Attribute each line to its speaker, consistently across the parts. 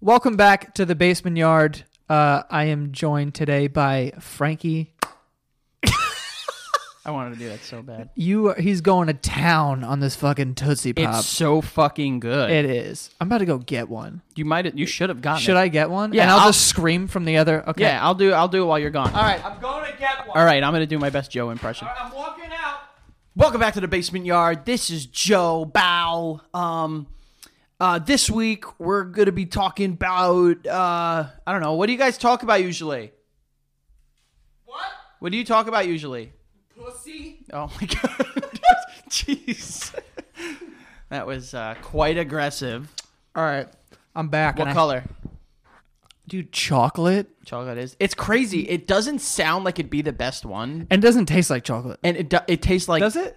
Speaker 1: Welcome back to the basement yard. Uh, I am joined today by Frankie.
Speaker 2: I wanted to do that so bad.
Speaker 1: You he's going to town on this fucking Tootsie Pop.
Speaker 2: It's so fucking good.
Speaker 1: It is. I'm about to go get one.
Speaker 2: you might you should have gotten
Speaker 1: Should
Speaker 2: it.
Speaker 1: I get one?
Speaker 2: Yeah,
Speaker 1: And I'll,
Speaker 2: I'll-
Speaker 1: just scream from the other. Okay.
Speaker 2: Yeah, I'll do I'll do it while you're gone. All
Speaker 1: right.
Speaker 2: I'm going to get one. All right, I'm going to do my best Joe impression. I'm walking out. Welcome back to the basement yard. This is Joe Bow. Um uh this week we're going to be talking about uh I don't know. What do you guys talk about usually?
Speaker 3: What?
Speaker 2: What do you talk about usually?
Speaker 3: Pussy?
Speaker 2: Oh my god. Jeez. That was uh, quite aggressive.
Speaker 1: All right. I'm back.
Speaker 2: What
Speaker 1: and I-
Speaker 2: color?
Speaker 1: dude, chocolate.
Speaker 2: chocolate is. It's crazy. It doesn't sound like it'd be the best one,
Speaker 1: And it doesn't taste like chocolate.
Speaker 2: and it do- it tastes like
Speaker 1: Does it?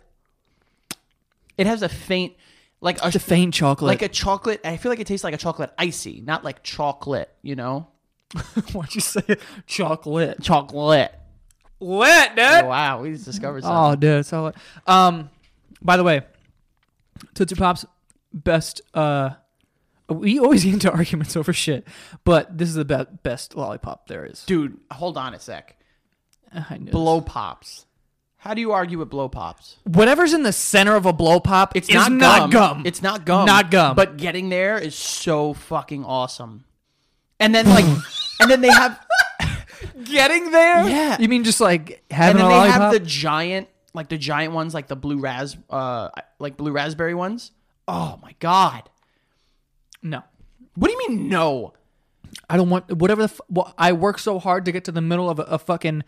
Speaker 2: it has a faint, like a
Speaker 1: It's a faint chocolate.
Speaker 2: like a chocolate. I feel like it tastes like a chocolate icy, not like chocolate. You know,
Speaker 1: what'd you say? Chocolate.
Speaker 2: chocolate.
Speaker 1: Lit, dude.
Speaker 2: Wow, we just discovered something.
Speaker 1: Oh, dude, so lit. Um, by the way, Tootsie Pop's best. Uh, we always get into arguments over shit, but this is the be- best lollipop there is.
Speaker 2: Dude, hold on a sec.
Speaker 1: I knew
Speaker 2: Blow pops. How do you argue with blow pops?
Speaker 1: this. Whatever's in the center of a blow pop,
Speaker 2: It's
Speaker 1: is
Speaker 2: not,
Speaker 1: not
Speaker 2: gum.
Speaker 1: gum.
Speaker 2: It's not gum.
Speaker 1: Not gum.
Speaker 2: But getting there is so fucking awesome. And then like, and then they have.
Speaker 1: getting there.
Speaker 2: Yeah.
Speaker 1: you mean just like
Speaker 2: and
Speaker 1: having
Speaker 2: then
Speaker 1: a
Speaker 2: they
Speaker 1: lollipop?
Speaker 2: have the giant like the giant ones like the blue ras uh like blue raspberry ones oh my god
Speaker 1: no,
Speaker 2: what do you mean no
Speaker 1: I don't want whatever the. F- well, I work so hard to get to the middle of a, a fucking,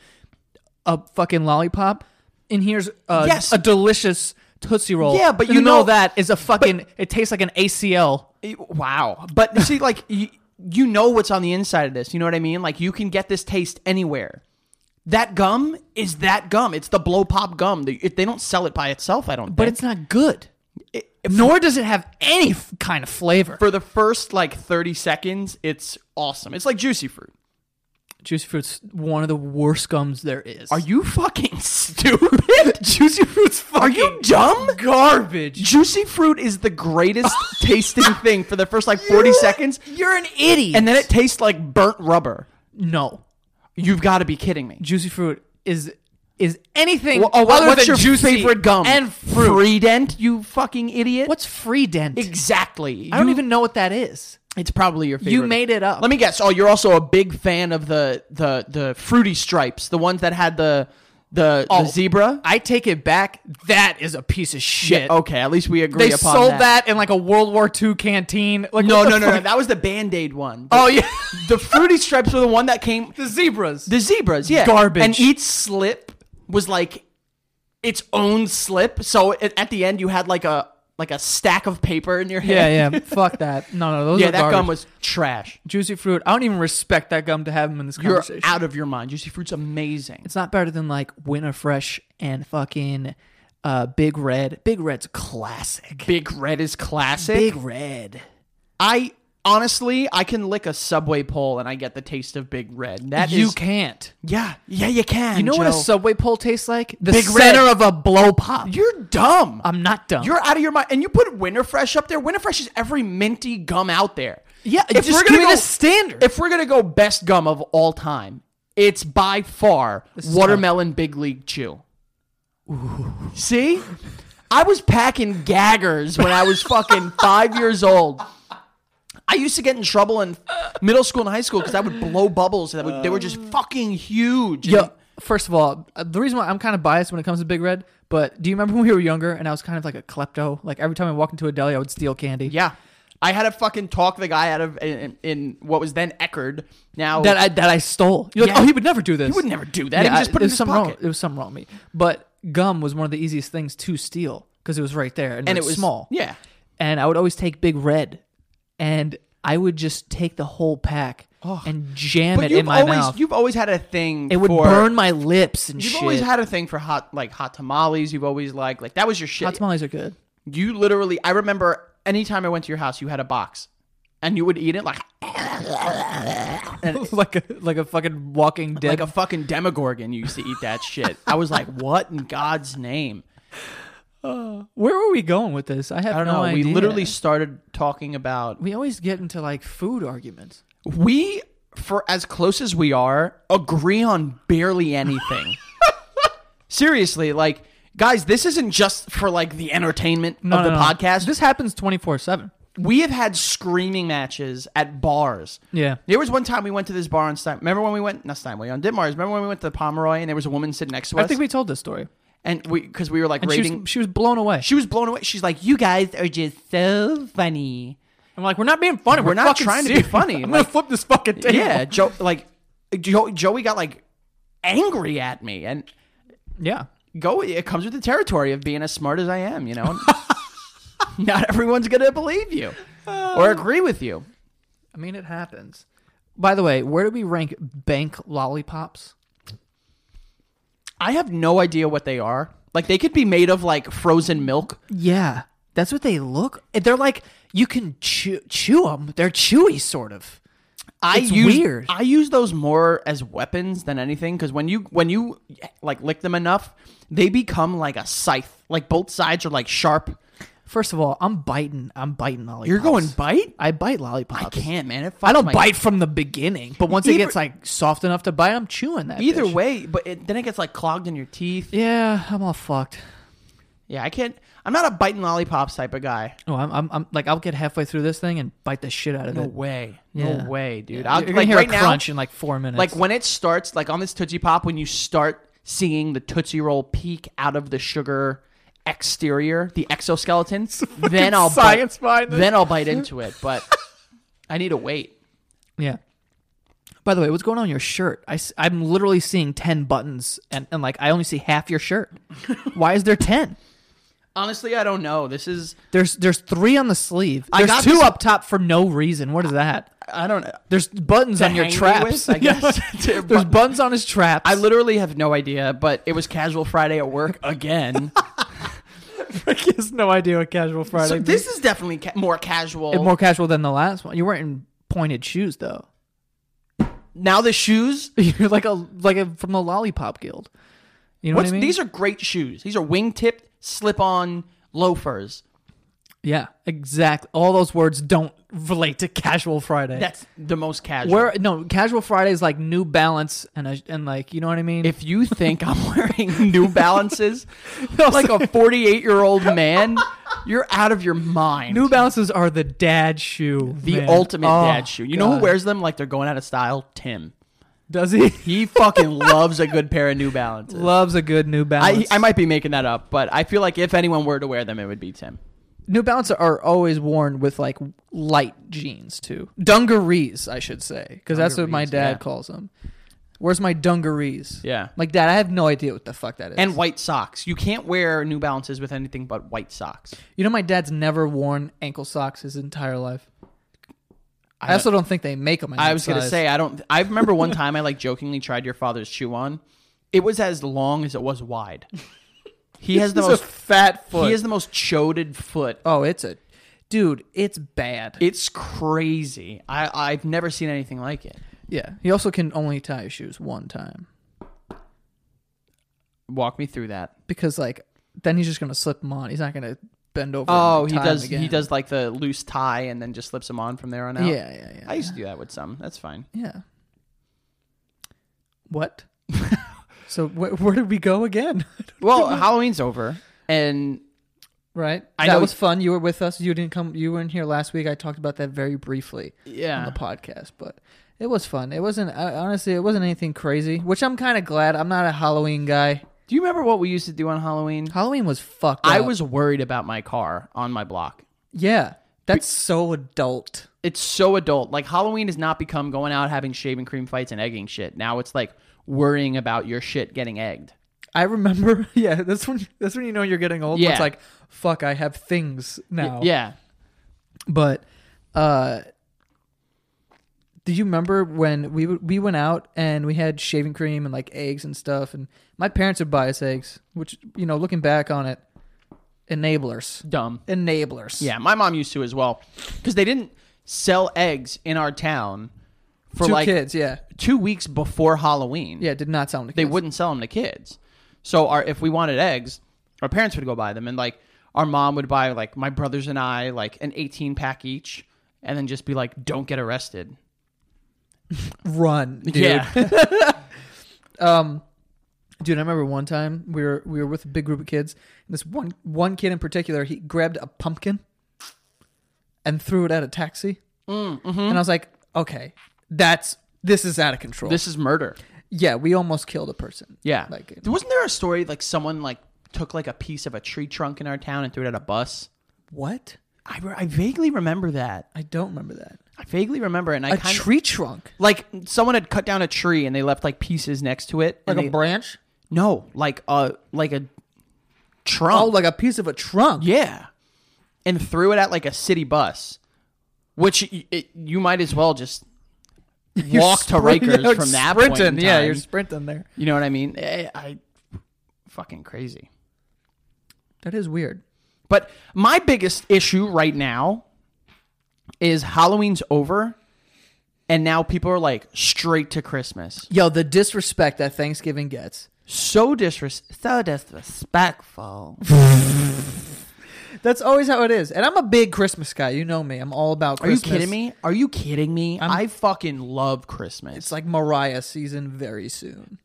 Speaker 1: a fucking lollipop, and here's a,
Speaker 2: Yes.
Speaker 1: a delicious tootsie roll.
Speaker 2: Yeah, but
Speaker 1: In
Speaker 2: you
Speaker 1: the middle
Speaker 2: know-
Speaker 1: of that is a fucking. it tastes like an ACL.
Speaker 2: It- Eh, wow but see like you, you know what's on the inside of this you know what i mean like you can get this taste anywhere that gum is that gum it's the blow pop gum they, it- they don't sell it by itself i don't
Speaker 1: but
Speaker 2: think.
Speaker 1: it's not good. Nor does it have any f- kind of flavor.
Speaker 2: for the first like 30 seconds it's awesome it's like juicy fruit
Speaker 1: Juicy fruit's one of the worst gums there is.
Speaker 2: are you fucking stupid juicy fruit's fucking are you dumb
Speaker 1: garbage?
Speaker 2: Juicy fruit is the greatest tasting thing for the first like 40 seconds,
Speaker 1: You're an idiot.
Speaker 2: and then it tastes like burnt rubber.
Speaker 1: no,
Speaker 2: You've got to be kidding me.
Speaker 1: juicy fruit is is anything
Speaker 2: Well, oh, what-
Speaker 1: other
Speaker 2: what's
Speaker 1: than
Speaker 2: your
Speaker 1: juicy
Speaker 2: favorite gum?
Speaker 1: and fruit.
Speaker 2: Freedent, you fucking idiot.
Speaker 1: What's free dent?
Speaker 2: exactly?
Speaker 1: I don't even know what that is.
Speaker 2: It's probably your favorite.
Speaker 1: You made it up.
Speaker 2: Let me guess. Oh, you're also a big fan of the the the fruity stripes, the ones that had the the,
Speaker 1: Oh,
Speaker 2: the zebra.
Speaker 1: I take it back. That is a piece of shit.
Speaker 2: Okay, at least we agree
Speaker 1: they
Speaker 2: oh, upon
Speaker 1: sold
Speaker 2: that.
Speaker 1: that. in like a World War II canteen. Like
Speaker 2: No,
Speaker 1: what
Speaker 2: no,
Speaker 1: the
Speaker 2: no, no.
Speaker 1: fuck?
Speaker 2: That was the band aid one.
Speaker 1: Oh yeah,
Speaker 2: the fruity stripes were the one that came
Speaker 1: the zebras.
Speaker 2: The zebras, yeah.
Speaker 1: Garbage.
Speaker 2: And each slip was like its own slip. So it, at the end, you had like a like a stack of paper in your hand.
Speaker 1: yeah, yeah. Fuck that. No, no, those
Speaker 2: Yeah,
Speaker 1: are
Speaker 2: that
Speaker 1: garbage.
Speaker 2: gum was trash.
Speaker 1: Juicy fruit. I don't even respect that gum to have him in this
Speaker 2: You're
Speaker 1: conversation.
Speaker 2: out of your mind. Juicy fruit's amazing.
Speaker 1: It's not better than like Winter Fresh and fucking uh, Big Red. Big Red's classic.
Speaker 2: Big Red is classic.
Speaker 1: Big Red.
Speaker 2: I honestly, I can lick a subway pole and I get the taste of Big Red. That
Speaker 1: you
Speaker 2: is-
Speaker 1: can't.
Speaker 2: yeah, yeah, you can.
Speaker 1: You know what a
Speaker 2: Joe.
Speaker 1: subway pole tastes like? The
Speaker 2: Big
Speaker 1: center
Speaker 2: Red.
Speaker 1: of a blow pop.
Speaker 2: You're dumb.
Speaker 1: I'm not dumb.
Speaker 2: You're out of your mind. And you put Winterfresh up there. Winterfresh is every minty gum out there.
Speaker 1: yeah,
Speaker 2: If
Speaker 1: just
Speaker 2: we're
Speaker 1: give
Speaker 2: gonna
Speaker 1: me
Speaker 2: go-
Speaker 1: the standard.
Speaker 2: if we're gonna go best gum of all time, it's by far
Speaker 1: is
Speaker 2: watermelon big league chew. See, I was packing gaggers when I was fucking five years old. I used to get in trouble in middle school and high school because I would blow bubbles that would, they were just fucking huge.
Speaker 1: Yo, first of all, uh, the reason why I'm kind of biased when it comes to Big Red, but do you remember when we were younger and I was kind of like a klepto? Like every time I walked into a deli, I would steal candy.
Speaker 2: yeah. I had to fucking talk the guy out of in, in what was then Eckerd. Now
Speaker 1: That I, that I stole. You're like,
Speaker 2: Yeah.
Speaker 1: oh, he would never do this.
Speaker 2: he would never do that. he
Speaker 1: I-
Speaker 2: would just put it
Speaker 1: there
Speaker 2: in
Speaker 1: was
Speaker 2: his
Speaker 1: something
Speaker 2: pocket.
Speaker 1: Wrong, it was something wrong with me. But gum was one of the easiest things to steal because it was right there and,
Speaker 2: and
Speaker 1: it was small.
Speaker 2: Yeah.
Speaker 1: And I would always take Big Red, and I would just take the whole pack and jam
Speaker 2: But
Speaker 1: it in
Speaker 2: you've
Speaker 1: my
Speaker 2: always
Speaker 1: mouth.
Speaker 2: you've always had a thing.
Speaker 1: it would
Speaker 2: for,
Speaker 1: burn my lips and
Speaker 2: You've
Speaker 1: shit.
Speaker 2: always had a thing for hot like hot tamales. You've always liked like that was your shit.
Speaker 1: Hot tamales are good.
Speaker 2: you literally, I remember anytime I went to your house, you had a box, and you would eat it like
Speaker 1: like a like a fucking walking dead.
Speaker 2: like a fucking demogorgon. You used to eat that shit. I was like, what in God's name?
Speaker 1: Where were we going with this? I have
Speaker 2: I don't
Speaker 1: no
Speaker 2: know.
Speaker 1: idea.
Speaker 2: We literally started talking about
Speaker 1: we always get into like food arguments.
Speaker 2: we for as close as we are agree on barely anything seriously like guys this isn't just for like the entertainment of the podcast
Speaker 1: This happens twenty four seven.
Speaker 2: we have had screaming matches at bars
Speaker 1: Yeah.
Speaker 2: there was one time we went to this bar on Stein. Remember when we went? Not Steinway on Ditmars. Remember when we went to the Pomeroy and there was a woman sitting next to us,
Speaker 1: I think we told this story.
Speaker 2: and we because we were like
Speaker 1: And she
Speaker 2: rating.
Speaker 1: was, she was blown away.
Speaker 2: She was blown away. She's like, "You guys are just so funny."
Speaker 1: I'm like, we're not being funny. We're,
Speaker 2: We're not
Speaker 1: fucking
Speaker 2: trying to be
Speaker 1: serious.
Speaker 2: funny.
Speaker 1: I'm gonna
Speaker 2: Like-
Speaker 1: flip this fucking table.
Speaker 2: Yeah, Joe. Like Joe, Joey got like angry at me, and
Speaker 1: yeah.
Speaker 2: go it comes with the territory of being as smart as I am, you know. Not everyone's going to believe you or agree with you.
Speaker 1: I mean, it happens. By the way, where do we rank bank lollipops?
Speaker 2: I have no idea what they are. Like they could be made of like frozen milk.
Speaker 1: Yeah, that's what they look.
Speaker 2: eh,
Speaker 1: They're like you can chew, chew them. They're chewy, sort of.
Speaker 2: I
Speaker 1: It's
Speaker 2: use,
Speaker 1: weird.
Speaker 2: I use those more as weapons than anything cuz when you when you like lick them enough, they become like a scythe. Like both sides are like sharp.
Speaker 1: First of all, I'm biting. I'm biting lollipops.
Speaker 2: You're going bite?
Speaker 1: I bite lollipops.
Speaker 2: I can't, man. It
Speaker 1: I don't
Speaker 2: fucks my-
Speaker 1: bite from the beginning, but once it
Speaker 2: Either-
Speaker 1: gets like soft enough to bite, I'm chewing that.
Speaker 2: Either
Speaker 1: bitch.
Speaker 2: way, but it, then it gets like clogged in your teeth.
Speaker 1: Yeah, I'm all fucked.
Speaker 2: Yeah, I can't. I'm not a biting lollipops type of guy.
Speaker 1: Oh, I'm, I'm, I'm like I'll get halfway through this thing and bite the shit out of
Speaker 2: No
Speaker 1: it.
Speaker 2: way.
Speaker 1: Yeah.
Speaker 2: No way, dude.
Speaker 1: You're
Speaker 2: I'll,
Speaker 1: gonna
Speaker 2: like
Speaker 1: hear
Speaker 2: right
Speaker 1: a
Speaker 2: now,
Speaker 1: crunch in like four minutes.
Speaker 2: like when it starts, like on this Tootsie Pop, when you start seeing the Tootsie Roll peek out out of the sugar exterior, the exoskeleton, then I'll
Speaker 1: science
Speaker 2: bite,
Speaker 1: behind this.
Speaker 2: then I'll bite into it. But I need to wait.
Speaker 1: Yeah. By the way, what's going on your shirt? I, am literally seeing 10 buttons and, and like I only see half your shirt. Why is there 10?
Speaker 2: Honestly, I don't know. This is
Speaker 1: There's there's three on the sleeve.
Speaker 2: I
Speaker 1: There's
Speaker 2: got
Speaker 1: two
Speaker 2: this-
Speaker 1: up top for no reason. What is that?
Speaker 2: I don't.
Speaker 1: There's buttons on your
Speaker 2: hang me
Speaker 1: traps.
Speaker 2: with, I
Speaker 1: Yeah.
Speaker 2: guess. They're
Speaker 1: there's
Speaker 2: bu-
Speaker 1: buttons on his traps.
Speaker 2: I literally have no idea. But it was Casual Friday at work again.
Speaker 1: literally has no idea what casual Friday.
Speaker 2: so this is definitely ca- more casual.
Speaker 1: more casual than the last one. You weren't in pointed shoes though.
Speaker 2: now the shoes.
Speaker 1: You're like a like a from the lollipop guild. You know
Speaker 2: What's,
Speaker 1: what I mean?
Speaker 2: These are great shoes. These are wingtip slip-on loafers.
Speaker 1: yeah, exactly. All those words don't relate to casual Friday.
Speaker 2: That's the most casual.
Speaker 1: Where no casual Friday is like New Balance and a, and like you know what I mean.
Speaker 2: if you think I'm wearing New Balances like a 48 year old man, you're out of your mind.
Speaker 1: New Balances are the dad shoe,
Speaker 2: the
Speaker 1: man.
Speaker 2: ultimate
Speaker 1: Oh,
Speaker 2: dad shoe. You know who
Speaker 1: God.
Speaker 2: wears them like they're going out of style? Tim.
Speaker 1: Does he?
Speaker 2: He fucking loves a good pair of New Balances.
Speaker 1: Loves a good New
Speaker 2: I,
Speaker 1: Balance.
Speaker 2: I might be making that up, but I feel like if anyone were to wear them, it would be Tim.
Speaker 1: New Balance are always worn with like light jeans too, dungarees I should say, because that's what my
Speaker 2: Dungarees,
Speaker 1: dad
Speaker 2: yeah.
Speaker 1: calls them. Where's my dungarees?
Speaker 2: Yeah.
Speaker 1: like dad, I have no idea what the fuck that is.
Speaker 2: And white socks. You can't wear New Balances with anything but white socks.
Speaker 1: you know my dad's never worn ankle socks his entire life. I,
Speaker 2: don't-
Speaker 1: also don't think they make them. In
Speaker 2: I
Speaker 1: that
Speaker 2: was gonna
Speaker 1: size.
Speaker 2: say I don't. I remember one time I like jokingly tried your father's shoe on. It was as long as it was wide. He has the
Speaker 1: He's a
Speaker 2: most.
Speaker 1: fat foot.
Speaker 2: He has the most choded foot.
Speaker 1: Oh, it's a dude. It's bad.
Speaker 2: It's crazy. I I've never seen anything like it.
Speaker 1: yeah. He also can only tie his shoes one time
Speaker 2: Walk me through that.
Speaker 1: because like then he's just gonna slip them on. He's not gonna bend over.
Speaker 2: Oh,
Speaker 1: and
Speaker 2: he
Speaker 1: tie 'em
Speaker 2: does.
Speaker 1: Again.
Speaker 2: He does like the loose tie and then just slips them on from there on out.
Speaker 1: Yeah, yeah, yeah.
Speaker 2: I used to do that with some. That's fine.
Speaker 1: yeah. What? so wh- where did we go again?
Speaker 2: Well, Halloween's over, and
Speaker 1: right.
Speaker 2: I
Speaker 1: that
Speaker 2: know-
Speaker 1: was fun. You were with us. You didn't come. You were in here last week. I talked about that very briefly on
Speaker 2: yeah,
Speaker 1: the podcast, but. It was fun. It wasn't I, honestly. It wasn't anything crazy, which I'm kind of glad. I'm not a Halloween guy.
Speaker 2: do you remember what we used to do on Halloween?
Speaker 1: Halloween was fucked.
Speaker 2: I
Speaker 1: up.
Speaker 2: was worried about my car on my block.
Speaker 1: Yeah, that's so adult.
Speaker 2: it's so adult. Like Halloween has not become going out having shaving cream fights and egging shit. Now it's like worrying about your shit getting egged.
Speaker 1: I remember. Yeah, that's when that's when you know you're getting old. Yeah.
Speaker 2: Yeah.
Speaker 1: It's like fuck, I have things now.
Speaker 2: Yeah.
Speaker 1: but uh, do you remember when we w- we went out and we had shaving cream and like eggs and stuff? And my parents would buy us eggs, which you know, looking back on it, enablers,
Speaker 2: Dumb.
Speaker 1: enablers.
Speaker 2: Yeah, my mom used to as well. Cuz they didn't sell eggs in our town for
Speaker 1: two
Speaker 2: like
Speaker 1: kids. Yeah,
Speaker 2: 2 weeks before Halloween.
Speaker 1: yeah, it did not sound.
Speaker 2: They wouldn't sell them to kids. So our if we wanted eggs, my parents would go buy them, and like our mom would buy like my brothers and I like an eighteen pack each, and then just be like, "Don't get arrested."
Speaker 1: Run, dude.
Speaker 2: Yeah,
Speaker 1: Um, dude, I remember one time we were we were with a big group of kids, and this one one kid in particular, he grabbed a pumpkin and threw it at a taxi,
Speaker 2: Mm, mm-hmm.
Speaker 1: and I was like, okay, that's this is out of control.
Speaker 2: this is murder.
Speaker 1: yeah, we almost killed a person.
Speaker 2: Yeah,
Speaker 1: Like-
Speaker 2: wasn't there a story like someone like took like a piece of a tree trunk in our town and threw it at a bus?
Speaker 1: What?
Speaker 2: I, re- I vaguely remember that.
Speaker 1: I don't remember that.
Speaker 2: I vaguely remember, it, and I
Speaker 1: A
Speaker 2: kind of
Speaker 1: tree trunk,
Speaker 2: like someone had cut down a tree and they left like pieces next to it.
Speaker 1: like
Speaker 2: and
Speaker 1: a
Speaker 2: they-
Speaker 1: branch.
Speaker 2: no, like a like a trunk.
Speaker 1: Oh, like a piece of a trunk.
Speaker 2: Yeah. And threw it at like a city bus, which y it, you might as well just
Speaker 1: You're
Speaker 2: walk to
Speaker 1: sprint-
Speaker 2: Rikers
Speaker 1: you're
Speaker 2: from that point in
Speaker 1: sprinting. Yeah,
Speaker 2: time.
Speaker 1: you're sprinting there.
Speaker 2: You know what I mean? I, I fucking crazy.
Speaker 1: That is weird.
Speaker 2: But my biggest issue right now is Halloween's over and now people are like straight to Christmas.
Speaker 1: Yo, the disrespect that Thanksgiving gets.
Speaker 2: So disres- so disrespectful.
Speaker 1: That's always how it is. And I'm a big Christmas guy. You know me. I'm all about
Speaker 2: Are you
Speaker 1: Christmas.
Speaker 2: kidding me? Are you kidding me? i fucking love Christmas.
Speaker 1: It's like Mariah season very soon.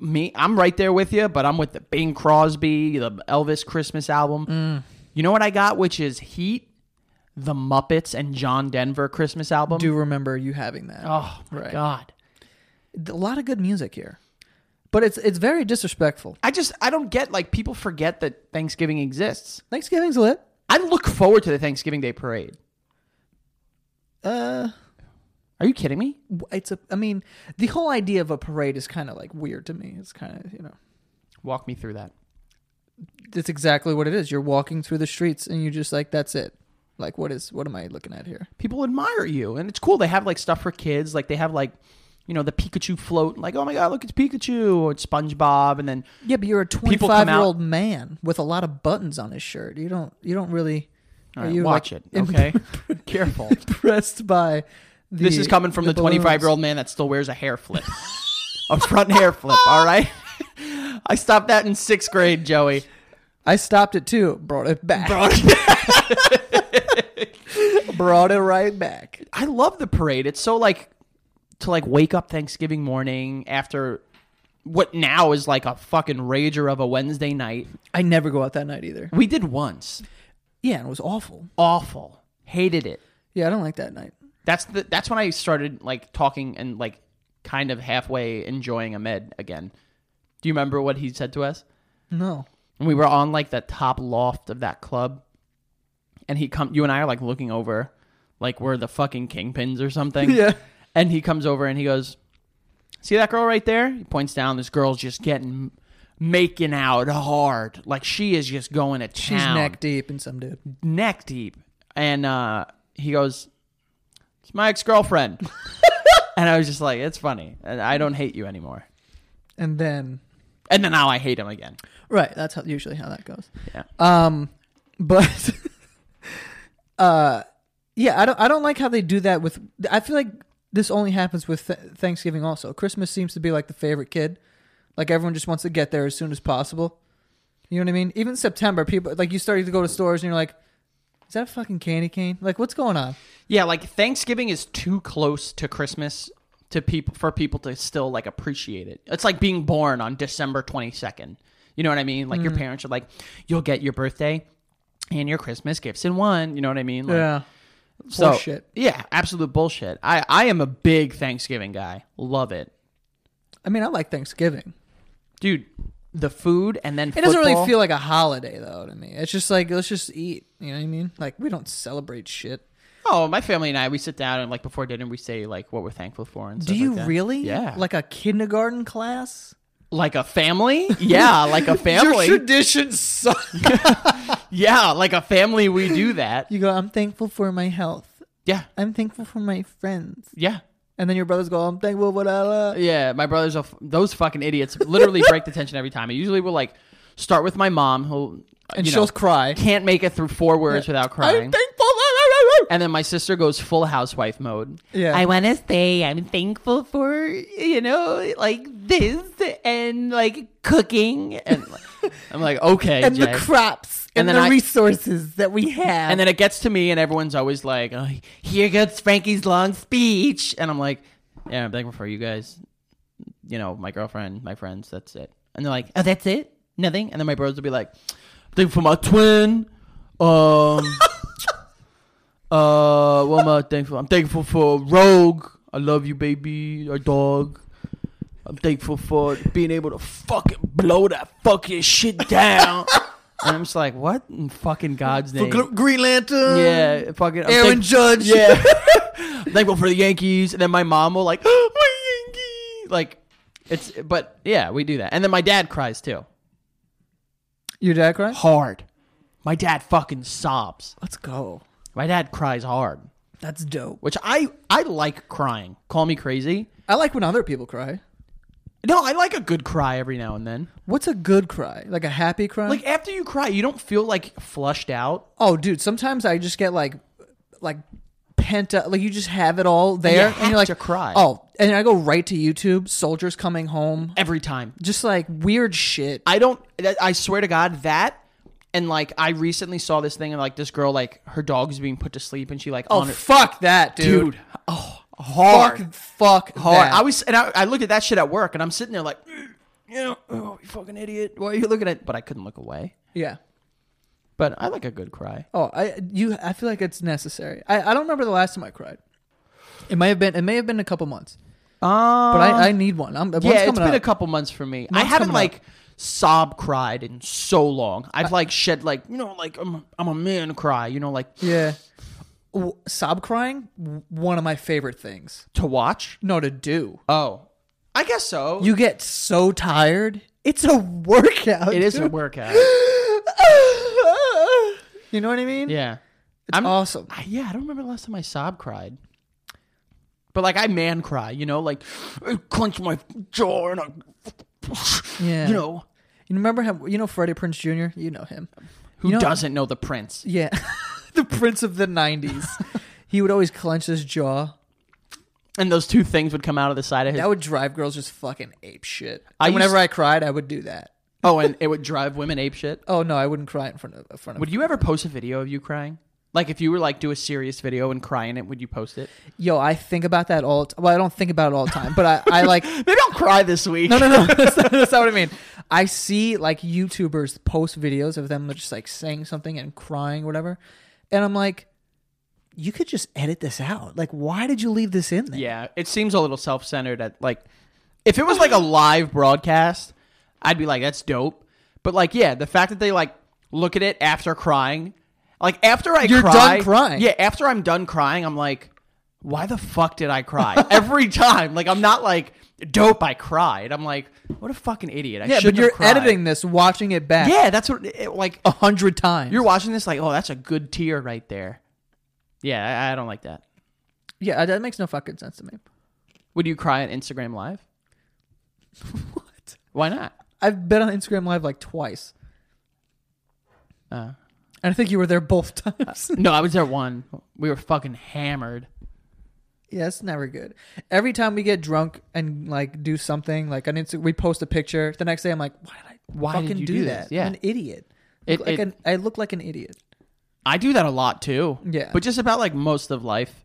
Speaker 2: me i'm right there with you but i'm with the bing crosby the elvis christmas album you know what i got which is heat the muppets and john denver christmas album
Speaker 1: Do remember you having that.
Speaker 2: oh my
Speaker 1: Right.
Speaker 2: god
Speaker 1: A lot of good music here. But it's it's very disrespectful.
Speaker 2: i just i don't get like people forget that thanksgiving exists
Speaker 1: Thanksgiving's lit.
Speaker 2: i look forward to the thanksgiving day parade
Speaker 1: Uh
Speaker 2: are you kidding me
Speaker 1: it's a I mean, the whole idea of a parade is kind of like weird to me. It's kind of, you know,
Speaker 2: walk me through that
Speaker 1: it's exactly what it is. You're walking through the streets and you're just like that's it. Like what is what am I looking at here?
Speaker 2: people admire you and it's cool they have like stuff for kids like they have like you know the pikachu float like oh my god look it's pikachu or it's spongebob and then
Speaker 1: Yeah, but you're a 25
Speaker 2: People come
Speaker 1: year
Speaker 2: out-
Speaker 1: old man with a lot of buttons on his shirt. You don't you don't really
Speaker 2: all
Speaker 1: are
Speaker 2: right,
Speaker 1: you,
Speaker 2: watch
Speaker 1: like,
Speaker 2: it okay careful
Speaker 1: impressed by the,
Speaker 2: This is coming from the 25
Speaker 1: balloons?
Speaker 2: year old man that still wears a hair flip, a front hair flip. All right, I stopped that in sixth grade, Joey.
Speaker 1: I stopped it too. Brought it back. Brought it, right back.
Speaker 2: I love the parade. It's so like to like wake up Thanksgiving morning after what now is like a fucking rager of a Wednesday night.
Speaker 1: I never go out that night either.
Speaker 2: We did once.
Speaker 1: Yeah, and it was awful.
Speaker 2: Awful. Hated it.
Speaker 1: Yeah, I don't like that night.
Speaker 2: That's the that's when I started like talking and like kind of halfway enjoying Ahmed again. Do you remember what he said to us?
Speaker 1: No.
Speaker 2: and we were on like the top loft of that club and he come you and i are like looking over like we're the fucking kingpins or something
Speaker 1: Yeah.
Speaker 2: and he comes over and he goes see that girl right there he points down this girl's just getting making out hard like she is just going to town
Speaker 1: She's neck deep in some dude.
Speaker 2: neck deep and uh he goes it's my ex-girlfriend and i was just like it's funny and i don't hate you anymore
Speaker 1: And then
Speaker 2: and then now i hate him again
Speaker 1: right, that's how, usually how that goes.
Speaker 2: yeah
Speaker 1: Um but uh yeah, I don't I don't like how they do that with I feel like this only happens with th- Thanksgiving also. Christmas seems to be like the favorite kid. Like everyone just wants to get there as soon as possible. You know what I mean? Even September, people like you started to go to stores and you're like, is that a fucking candy cane? Like, what's going on?
Speaker 2: Yeah, like Thanksgiving is too close to Christmas to people for people to still like appreciate it. It's like being born on December 22nd. You know what I mean? Like
Speaker 1: Mm.
Speaker 2: your parents are like, you'll get your birthday and your Christmas gifts in one. You know what I mean? Like,
Speaker 1: Yeah,
Speaker 2: so-
Speaker 1: bullshit.
Speaker 2: Yeah, absolute bullshit. I I am a big Thanksgiving guy. Love it,
Speaker 1: I mean, I like Thanksgiving.
Speaker 2: dude. The food and then
Speaker 1: It doesn't really
Speaker 2: football.
Speaker 1: feel like a holiday though to me. It's just like let's just eat. You know what I mean? Like we don't celebrate shit.
Speaker 2: Oh, my family and I we sit down and like before dinner we say like what we're thankful for and
Speaker 1: Do
Speaker 2: stuff
Speaker 1: you
Speaker 2: like that.
Speaker 1: really?
Speaker 2: Yeah, like
Speaker 1: Like a kindergarten class?
Speaker 2: like a family. Yeah, like a family.
Speaker 1: Your tradition sucks.
Speaker 2: yeah, like a family. We do that.
Speaker 1: You go, I'm thankful for my health.
Speaker 2: Yeah,
Speaker 1: I'm thankful for my friends.
Speaker 2: yeah,
Speaker 1: And then your brothers go, I'm thankful for that. uh."
Speaker 2: yeah. My brothers are f- those fucking idiots. Literally break the tension every time. I usually will like start with my mom, who
Speaker 1: And
Speaker 2: you
Speaker 1: she'll
Speaker 2: know,
Speaker 1: cry.
Speaker 2: can't make it through four words without
Speaker 1: I'm
Speaker 2: crying.
Speaker 1: thankful. for-
Speaker 2: and then my sister goes full housewife mode.
Speaker 1: Yeah.
Speaker 2: I want to say I'm thankful for you know like this and like cooking and like, I'm like, okay,
Speaker 4: and
Speaker 2: Jay.
Speaker 4: the crops and,
Speaker 2: then
Speaker 4: the
Speaker 2: I-
Speaker 4: resources that we have.
Speaker 2: and then it gets to me, and everyone's always like, oh, "Here goes Frankie's long speech," and I'm like, "Yeah, I'm thankful for you guys, you know, my girlfriend, my friends. That's it." And they're like, "Oh, that's it, nothing." And then my brothers will be like, "Thankful for my twin." Um, uh, what am I thankful? I'm thankful for Rogue. I love you, baby, our dog. I'm thankful for being able to fucking blow that fucking shit down. and I'm just like, what in fucking God's name?
Speaker 4: Green Lantern.
Speaker 2: Yeah, fucking I'm
Speaker 4: Aaron
Speaker 2: thank-
Speaker 4: Judge.
Speaker 2: Yeah, thankful for the Yankees, and then my mom will like my Yankees, like it's. But yeah, we do that, and then my dad cries too,
Speaker 1: Your dad cry?
Speaker 2: hard. My dad fucking sobs.
Speaker 4: Let's go.
Speaker 2: My dad cries hard,
Speaker 4: That's dope.
Speaker 2: which I I like crying. Call me crazy.
Speaker 1: I like when other people cry.
Speaker 2: No, I like a good cry every now and then.
Speaker 1: What's a good cry? Like a happy cry?
Speaker 2: Like after you cry, you don't feel like flushed out.
Speaker 1: oh, dude, sometimes I just get like, like pent up. Like you just have it all there, and,
Speaker 2: have
Speaker 1: you're like
Speaker 2: to cry.
Speaker 1: Oh, and I go right to YouTube. Soldiers coming home.
Speaker 2: Every time,
Speaker 1: Just like weird shit.
Speaker 2: I don't. that- I swear to God that. And like I recently saw this thing, and like this girl, like her dog was being put to sleep, and she like
Speaker 1: Oh,
Speaker 2: on her,
Speaker 1: fuck that, dude.
Speaker 2: dude. Oh, hard,
Speaker 1: Fuck, fuck,
Speaker 2: hard.
Speaker 1: that.
Speaker 2: I was, and I, I looked at that shit at work, and I'm sitting there like, you know, oh, you fucking idiot. Why are you looking at? But I couldn't look away.
Speaker 1: yeah.
Speaker 2: But I like a good cry.
Speaker 1: Oh, I you. I feel like it's necessary. I, I don't remember the last time I cried. It may have been. It may have been a couple months,
Speaker 2: Um,
Speaker 1: but I, I need one. I'm, one's
Speaker 2: yeah,
Speaker 1: coming
Speaker 2: it's been
Speaker 1: up.
Speaker 2: a couple months for me. I
Speaker 1: One's
Speaker 2: haven't
Speaker 1: coming up.
Speaker 2: like sob cried in so long. I've like shed like you know like I'm a, I'm a man cry. You know like
Speaker 1: Yeah. W- sob crying, w- one of my favorite things.
Speaker 2: to watch.
Speaker 1: No, to do.
Speaker 2: Oh, I guess so.
Speaker 1: You get so tired. It's a workout.
Speaker 2: it is a
Speaker 1: dude.
Speaker 2: workout.
Speaker 1: you know what I mean?
Speaker 2: Yeah.
Speaker 1: It's
Speaker 2: I'm-
Speaker 1: awesome.
Speaker 2: I, yeah, I don't remember the last time I sob cried. But like I man cry, you know, like I clench my jaw and I,
Speaker 1: Yeah.
Speaker 2: you know,
Speaker 1: You remember him? You know Freddie Prince Jr. You know him.
Speaker 2: who
Speaker 1: You know-
Speaker 2: doesn't know the Prince?
Speaker 1: Yeah. the Prince of the '90s. he would always clench his jaw.
Speaker 2: And those two things would come out of the side of his.
Speaker 1: That would drive girls just fucking ape shit.
Speaker 2: I
Speaker 1: And whenever
Speaker 2: used-
Speaker 1: I cried, I would do that.
Speaker 2: oh, and it would drive women ape shit.
Speaker 1: Oh no, I wouldn't cry in front of in front of.
Speaker 2: Would you ever post a video of you crying? Like if you were like do a serious video and cry in it, would you post it?
Speaker 1: Yo, I think about that all. T- well, I don't think about it all the time, but I, I like
Speaker 2: Maybe I'll cry this week.
Speaker 1: No, no, no. that's, not, that's not what I mean. I see like YouTubers post videos of them just like saying something and crying, or whatever, and I'm like, you could just edit this out. Like, why did you leave this in there?
Speaker 2: Yeah, it seems a little self-centered. At like, if it was like a live broadcast, I'd be like, "That's dope." But like, yeah, the fact that they like look at it after crying, like after I
Speaker 1: You're
Speaker 2: cry,
Speaker 1: done crying.
Speaker 2: Yeah, after I'm done crying, I'm like, "Why the fuck did I cry?" Every time, like, I'm not like, "Dope, I cried." I'm like, "What a fucking idiot!" I
Speaker 1: yeah. But
Speaker 2: shouldn't have
Speaker 1: you're
Speaker 2: cried."
Speaker 1: editing this, watching it back,
Speaker 2: Yeah, that's what. It, like,
Speaker 1: a hundred times.
Speaker 2: you're watching this, like, "Oh, that's a good tear right there." Yeah, I, I don't like that.
Speaker 1: yeah, that makes no fucking sense to me.
Speaker 2: Would you cry on Instagram Live?
Speaker 1: What?
Speaker 2: Why not?
Speaker 1: I've been on Instagram Live like twice,
Speaker 2: Uh,
Speaker 1: and I think you were there both times.
Speaker 2: No, I was there one. We were fucking hammered.
Speaker 1: Yeah, it's never good. Every time we get drunk and like do something, like on Insta, we post a picture. The next day, I'm like, why did I
Speaker 2: Why did
Speaker 1: fucking
Speaker 2: you
Speaker 1: do,
Speaker 2: do
Speaker 1: that?
Speaker 2: this? Yeah.
Speaker 1: I'm an idiot.
Speaker 2: It-
Speaker 1: Look like
Speaker 2: it-
Speaker 1: an, I look like an idiot.
Speaker 2: I do that a lot too.
Speaker 1: Yeah.
Speaker 2: But just about like most of life.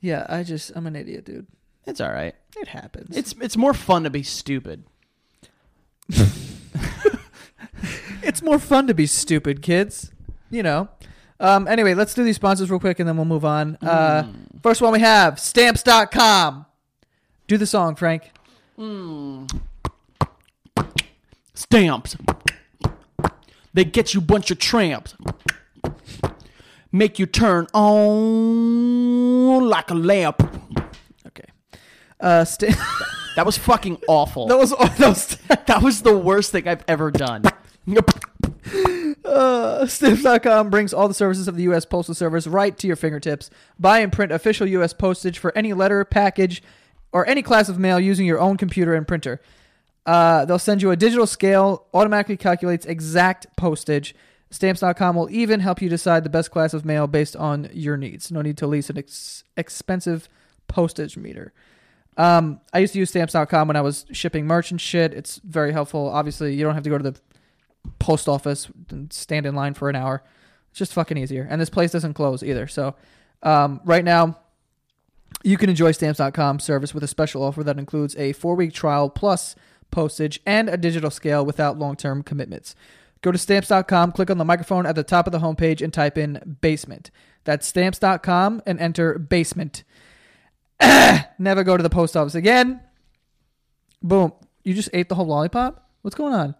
Speaker 1: Yeah, I just I'm an idiot, dude.
Speaker 2: It's all right.
Speaker 1: It happens.
Speaker 2: It's it's more fun to be stupid.
Speaker 1: it's more fun to be stupid, kids. You know. Um, anyway, let's do these sponsors real quick and then we'll move on. Uh, First one we have stamps.com. Do the song, Frank.
Speaker 2: Stamps. They get you bunch of tramps. Make you turn on like a lamp.
Speaker 1: Okay. Uh, sta-
Speaker 2: That was fucking awful.
Speaker 1: that was that was
Speaker 2: that was the worst thing I've ever done.
Speaker 1: Uh, stamps.com brings all the services of the U.S. Postal Service right to your fingertips. Buy and print official U.S. postage for any letter, package, or any class of mail using your own computer and printer. Uh, they'll send you a digital scale, automatically calculates exact postage. Stamps.com will even help you decide the best class of mail based on your needs. No need to lease an ex- expensive postage meter. Um, I used to use stamps.com when I was shipping merch and shit. It's very helpful. Obviously, you don't have to go to the post office, and stand in line for an hour. It's just fucking easier. And this place doesn't close either. So um, right now, you can enjoy stamps.com service with a special offer that includes a four week trial plus postage and a digital scale without long term commitments. Go to stamps.com, click on the microphone at the top of the homepage, and type in basement. That's stamps.com and enter basement. Never go to the post office again. Boom. You just ate the whole lollipop? What's going on?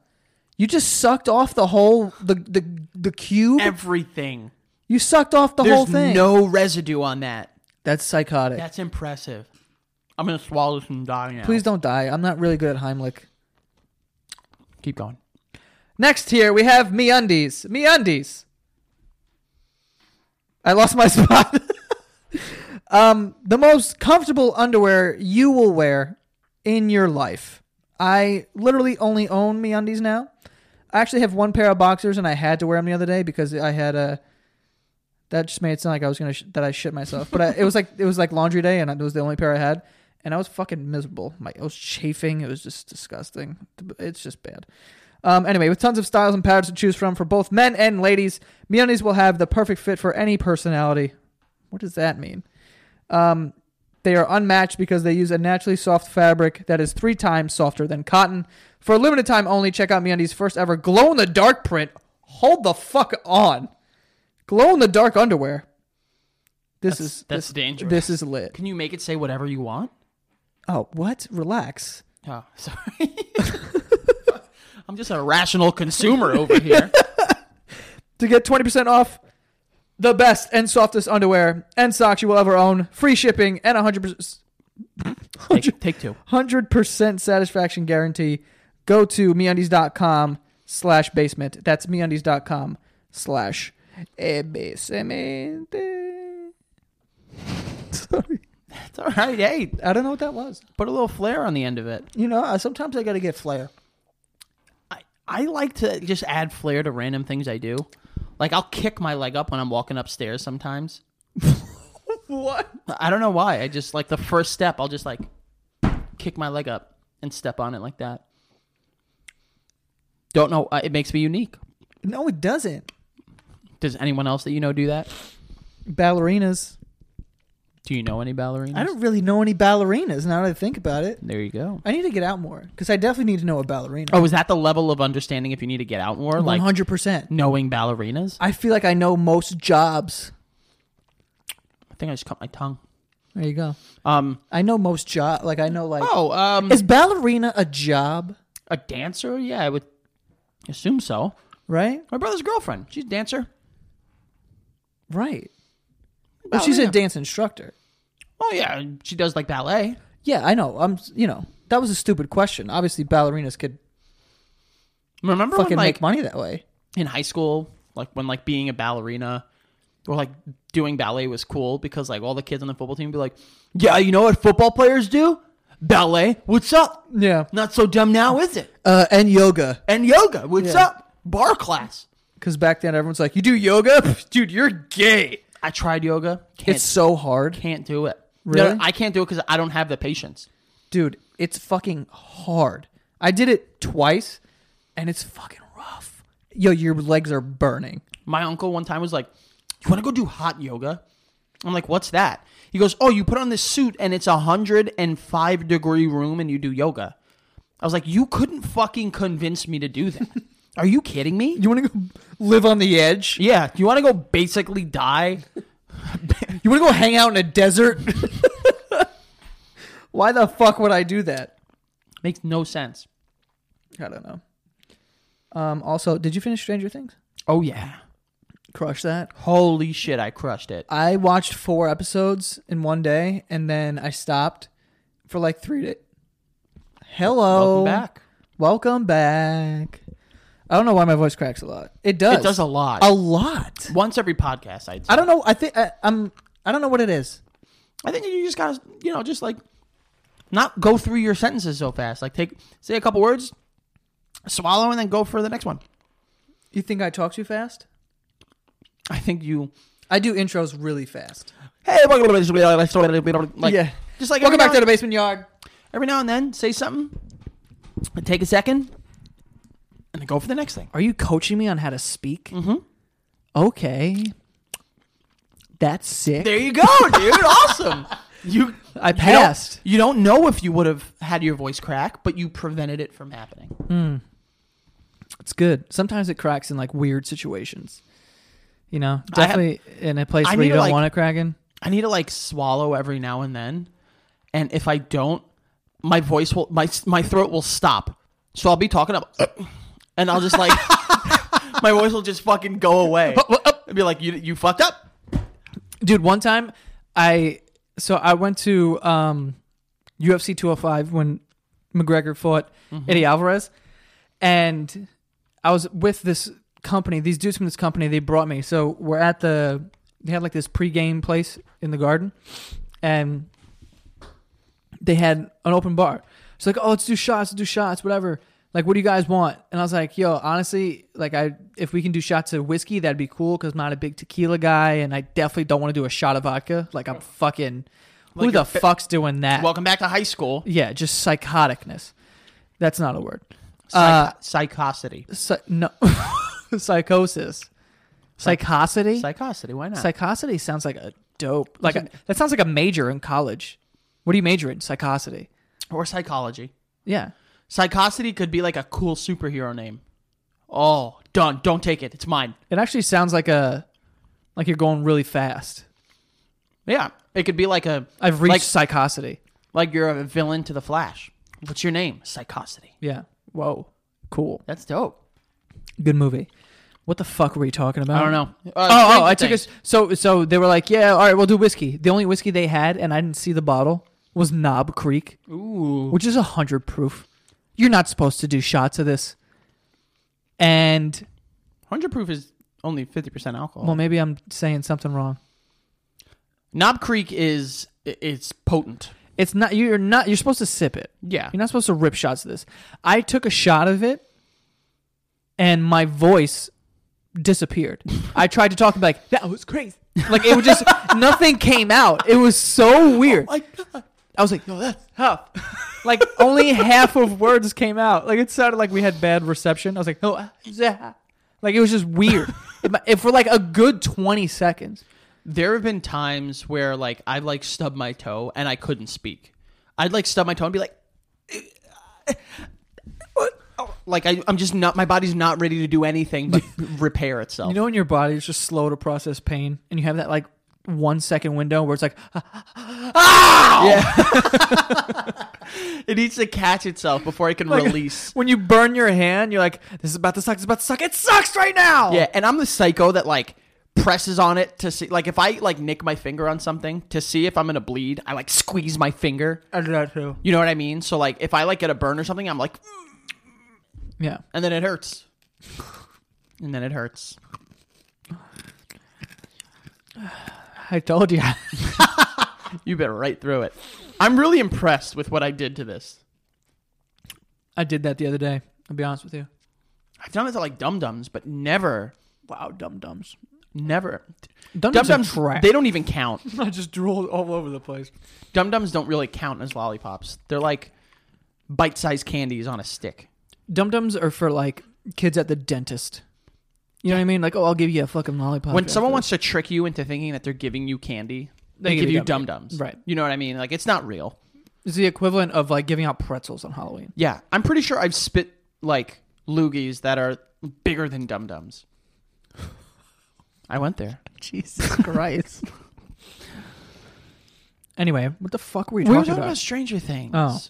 Speaker 1: You just sucked off the whole the the the cube.
Speaker 2: Everything.
Speaker 1: you sucked off the
Speaker 2: There's
Speaker 1: whole thing.
Speaker 2: no residue on that.
Speaker 1: That's psychotic.
Speaker 2: That's impressive. I'm gonna swallow this and die now.
Speaker 1: Please don't die. I'm not really good at Heimlich.
Speaker 2: keep going.
Speaker 1: Next here we have MeUndies. MeUndies. I lost my spot. um, the most comfortable underwear you will wear in your life. I literally only own MeUndies now. I actually have one pair of boxers, and I had to wear them the other day because I had a. That just made it sound like I was gonna sh- that I shit myself, but I, it was like it was like laundry day, and it was the only pair I had, and I was fucking miserable. My I was chafing. It was just disgusting. It's just bad. Um, anyway, with tons of styles and patterns to choose from for both men and ladies, MeUndies will have the perfect fit for any personality. What does that mean? Um, they are unmatched because they use a naturally soft fabric that is three times softer than cotton. For a limited time only, check out MeUndies' first ever glow in the dark print. Hold the fuck on, glow in the dark underwear. This
Speaker 2: That's-
Speaker 1: is
Speaker 2: that's
Speaker 1: this-
Speaker 2: dangerous.
Speaker 1: This is lit.
Speaker 2: Can you make it say whatever you want?
Speaker 1: Oh, what? Relax.
Speaker 2: Oh, sorry. I'm just a rational consumer over here.
Speaker 1: to get 20% off the best and softest underwear and socks you will ever own, free shipping, and 100%,
Speaker 2: take, take two.
Speaker 1: 100% satisfaction guarantee. Go to MeUndies.com slash basement. That's MeUndies.com slash eh, basement. Sorry.
Speaker 2: It's all right. Hey,
Speaker 1: I don't know what that was.
Speaker 2: put a little flair on the end of it.
Speaker 1: You know, I- sometimes I got to get flair.
Speaker 2: I, I like to just add flair to random things I do. Like I'll kick my leg up when I'm walking upstairs sometimes.
Speaker 1: What?
Speaker 2: I don't know why. I just like the first step. I'll just like kick my leg up and step on it like that. Don't know. uh, It makes me unique.
Speaker 1: No, it doesn't.
Speaker 2: Does anyone else that you know do that?
Speaker 1: Ballerinas.
Speaker 2: Do you know any ballerinas?
Speaker 1: I don't really know any ballerinas now that I think about it.
Speaker 2: There you go.
Speaker 1: I need to get out more because I definitely need to know a ballerina.
Speaker 2: Oh, is that the level of understanding if you need to get out more?
Speaker 1: One
Speaker 2: Like
Speaker 1: hundred percent.
Speaker 2: knowing ballerinas?
Speaker 1: I feel like I know most jobs.
Speaker 2: I think I just cut my tongue.
Speaker 1: There you go.
Speaker 2: Um.
Speaker 1: I know most job. Like I know like
Speaker 2: Oh. Um.
Speaker 1: is ballerina a job?
Speaker 2: A dancer? Yeah, I would assume so.
Speaker 1: Right,
Speaker 2: My brother's girlfriend. She's a dancer.
Speaker 1: right. But she's a
Speaker 2: Ballerina.
Speaker 1: dance instructor.
Speaker 2: Oh yeah, she does like ballet.
Speaker 1: Yeah, I know. I'm. You know, that was a stupid question. Obviously, ballerinas could
Speaker 2: Remember
Speaker 1: fucking
Speaker 2: when like
Speaker 1: make money that way.
Speaker 2: in high school, like when like being a ballerina or like doing ballet was cool because like all the kids on the football team would be like, "Yeah, you know what football players do? Ballet. What's up?
Speaker 1: Yeah.
Speaker 2: Not so dumb now, is it?
Speaker 1: Uh, and yoga,
Speaker 2: And yoga. What's
Speaker 1: Yeah.
Speaker 2: up? Bar class.
Speaker 1: because back then everyone's like, "You do yoga, Pff, dude? You're gay."
Speaker 2: I tried yoga. Can't,
Speaker 1: It's so hard,
Speaker 2: can't do it.
Speaker 1: Really?
Speaker 2: No, I can't do it because I don't have the patience.
Speaker 1: dude. It's fucking hard. I did it twice, and it's fucking rough. Yo, your legs are burning.
Speaker 2: My uncle one time was like, "You want to go do hot yoga?" I'm like, "What's that?" He goes, "Oh, you put on this suit and it's a hundred and five degree room and you do yoga." I was like, "You couldn't fucking convince me to do that. Are you kidding me?"
Speaker 1: You want to go live on the edge?
Speaker 2: yeah, you want to go basically die?
Speaker 1: You want to go hang out in a desert? Why the fuck would I do that?
Speaker 2: Makes no sense.
Speaker 1: I don't know. Um, also, did you finish Stranger Things?
Speaker 2: Oh yeah,
Speaker 1: Crush that.
Speaker 2: holy shit, I crushed it.
Speaker 1: I watched four episodes in one day, and then I stopped for like three days. Hello,
Speaker 2: Welcome back.
Speaker 1: Welcome back. I don't know why my voice cracks a lot. It does.
Speaker 2: It does a lot.
Speaker 1: A lot.
Speaker 2: Once every podcast, I'd say.
Speaker 1: I don't know. I think I, I'm. I don't know what it is.
Speaker 2: I think you just gotta, you know, just like not go through your sentences so fast. Like take say a couple words, swallow, and then go for the next one.
Speaker 1: You think I talk too fast?
Speaker 2: I think you.
Speaker 1: I do intros really fast.
Speaker 2: Hey, welcome to the like,
Speaker 1: Yeah.
Speaker 2: just like
Speaker 1: Welcome
Speaker 2: every
Speaker 1: back to
Speaker 2: now
Speaker 1: the basement yard.
Speaker 2: every now and then say something, and take a second, and then go for the next thing.
Speaker 1: Are you coaching me on how to speak? Mm-hmm. Okay. That's sick.
Speaker 2: There you go, dude. awesome. You
Speaker 1: I passed.
Speaker 2: You don't, you don't know if you would have had your voice crack, but you prevented it from happening.
Speaker 1: It's good. Sometimes it cracks in like weird situations. You know, definitely in a place
Speaker 2: I
Speaker 1: where
Speaker 2: need
Speaker 1: you
Speaker 2: to,
Speaker 1: don't
Speaker 2: like-
Speaker 1: want it cracking.
Speaker 2: I need to like swallow every now and then, and if I don't, my voice will my my throat will stop. So I'll be talking up, and I'll just like my voice will just fucking go away. I'll be like, you you fucked up.
Speaker 1: dude one time i so i went to um ufc 205 when mcgregor fought eddie alvarez and i was with this company these dudes from this company they brought me so we're at the they had like this pregame place in the garden and they had an open bar it's like oh let's do shots let's do shots whatever like what do you guys want and i was like yo honestly like i if we can do shots of whiskey that'd be cool because i'm not a big tequila guy and i definitely don't want to do a shot of vodka like i'm fucking who the fuck's doing that
Speaker 2: Welcome back to high school.
Speaker 1: yeah, just psychoticness. That's not a word. Uh,
Speaker 2: Psych- psychosity.
Speaker 1: Psy- no, psychosis. Psychosity.
Speaker 2: Psychosity. Why not?
Speaker 1: Psychosity sounds like a dope. Like a, that sounds like a major in college. What do you major in? Psychosity.
Speaker 2: or psychology.
Speaker 1: Yeah.
Speaker 2: Psychosity could be like a cool superhero name. Oh, done. Don't take it. It's mine.
Speaker 1: It actually sounds like a like you're going really fast.
Speaker 2: Yeah, it could be like a
Speaker 1: I've reached
Speaker 2: like,
Speaker 1: psychosity.
Speaker 2: like you're a villain to the Flash. What's your name? Psychosity.
Speaker 1: Yeah. Whoa. Cool.
Speaker 2: That's dope.
Speaker 1: Good movie. What the fuck were you talking about?
Speaker 2: I don't know.
Speaker 1: Oh,
Speaker 2: Uh,
Speaker 1: oh,
Speaker 2: Stranger
Speaker 1: I took a
Speaker 2: Things.
Speaker 1: s So, so they were like, yeah, all right, we'll do whiskey. The only whiskey they had, and I didn't see the bottle, was Knob Creek,
Speaker 2: Ooh.
Speaker 1: which is a hundred proof. You're not supposed to do shots of this. And
Speaker 2: 100 proof is only 50% alcohol.
Speaker 1: well, maybe I'm saying something wrong.
Speaker 2: Knob Creek is i- it's potent.
Speaker 1: It's not. You're not. You're supposed to sip it.
Speaker 2: Yeah.
Speaker 1: You're not supposed to rip shots of this. I took a shot of it, and my voice disappeared. I tried to talk and be like that was crazy. Like it was just nothing came out. It was so weird. I was like, no, that's half. like only half of words came out. Like it sounded like we had bad reception. I was like, no, ah, yeah. Like it was just weird. It mi- if for like a good twenty seconds,
Speaker 2: There have been times where like I like stub my toe and I couldn't speak. I'd like stub my toe and be like Oh, like I, I'm just not my body's not ready to do anything but repair itself.
Speaker 1: you know, when your body is just slow to process pain, and you have that like one second window where it's like, ah,
Speaker 2: it needs to catch itself before it can release.
Speaker 1: when you burn your hand, you're like, this is about to suck. This is about to suck. It sucks right now.
Speaker 2: Yeah, and I'm the psycho that like presses on it to see like if I like nick my finger on something to see if I'm gonna bleed, I like squeeze my finger.
Speaker 1: I do that too.
Speaker 2: You know what I mean? So like if I like get a burn or something, I'm like
Speaker 1: Yeah.
Speaker 2: and then it hurts. And then it hurts.
Speaker 1: I told you.
Speaker 2: You've been right through it. I'm really impressed with what I did to this.
Speaker 1: I did that the other day. I'll be honest with you.
Speaker 2: I've done it to like dum dums, but never,
Speaker 1: Wow, dum dums.
Speaker 2: never.
Speaker 1: Dum
Speaker 2: Dum
Speaker 1: dums are
Speaker 2: dums,
Speaker 1: trash.
Speaker 2: they don't even count.
Speaker 1: I just drooled all over the place.
Speaker 2: Dum dums don't really count as lollipops. They're like bite sized candies on a stick.
Speaker 1: Dum dums are for like kids at the dentist. You know what I mean? Like, oh, I'll give you a fucking lollipop.
Speaker 2: when
Speaker 1: after
Speaker 2: someone
Speaker 1: this.
Speaker 2: wants to trick you into thinking that they're giving you candy,
Speaker 1: They
Speaker 2: they,
Speaker 1: give
Speaker 2: give
Speaker 1: you
Speaker 2: you dum
Speaker 1: gummy.
Speaker 2: dums.
Speaker 1: Right.
Speaker 2: You know what I mean? Like it's not real.
Speaker 1: it's the equivalent of like giving out pretzels on Halloween.
Speaker 2: Yeah, I'm pretty sure I've spit like loogies that are bigger than dum dums. I went there.
Speaker 1: Jesus Christ. anyway, what the fuck were you
Speaker 2: We were
Speaker 1: talking,
Speaker 2: talking about?
Speaker 1: about?
Speaker 2: Stranger Things.
Speaker 1: Oh.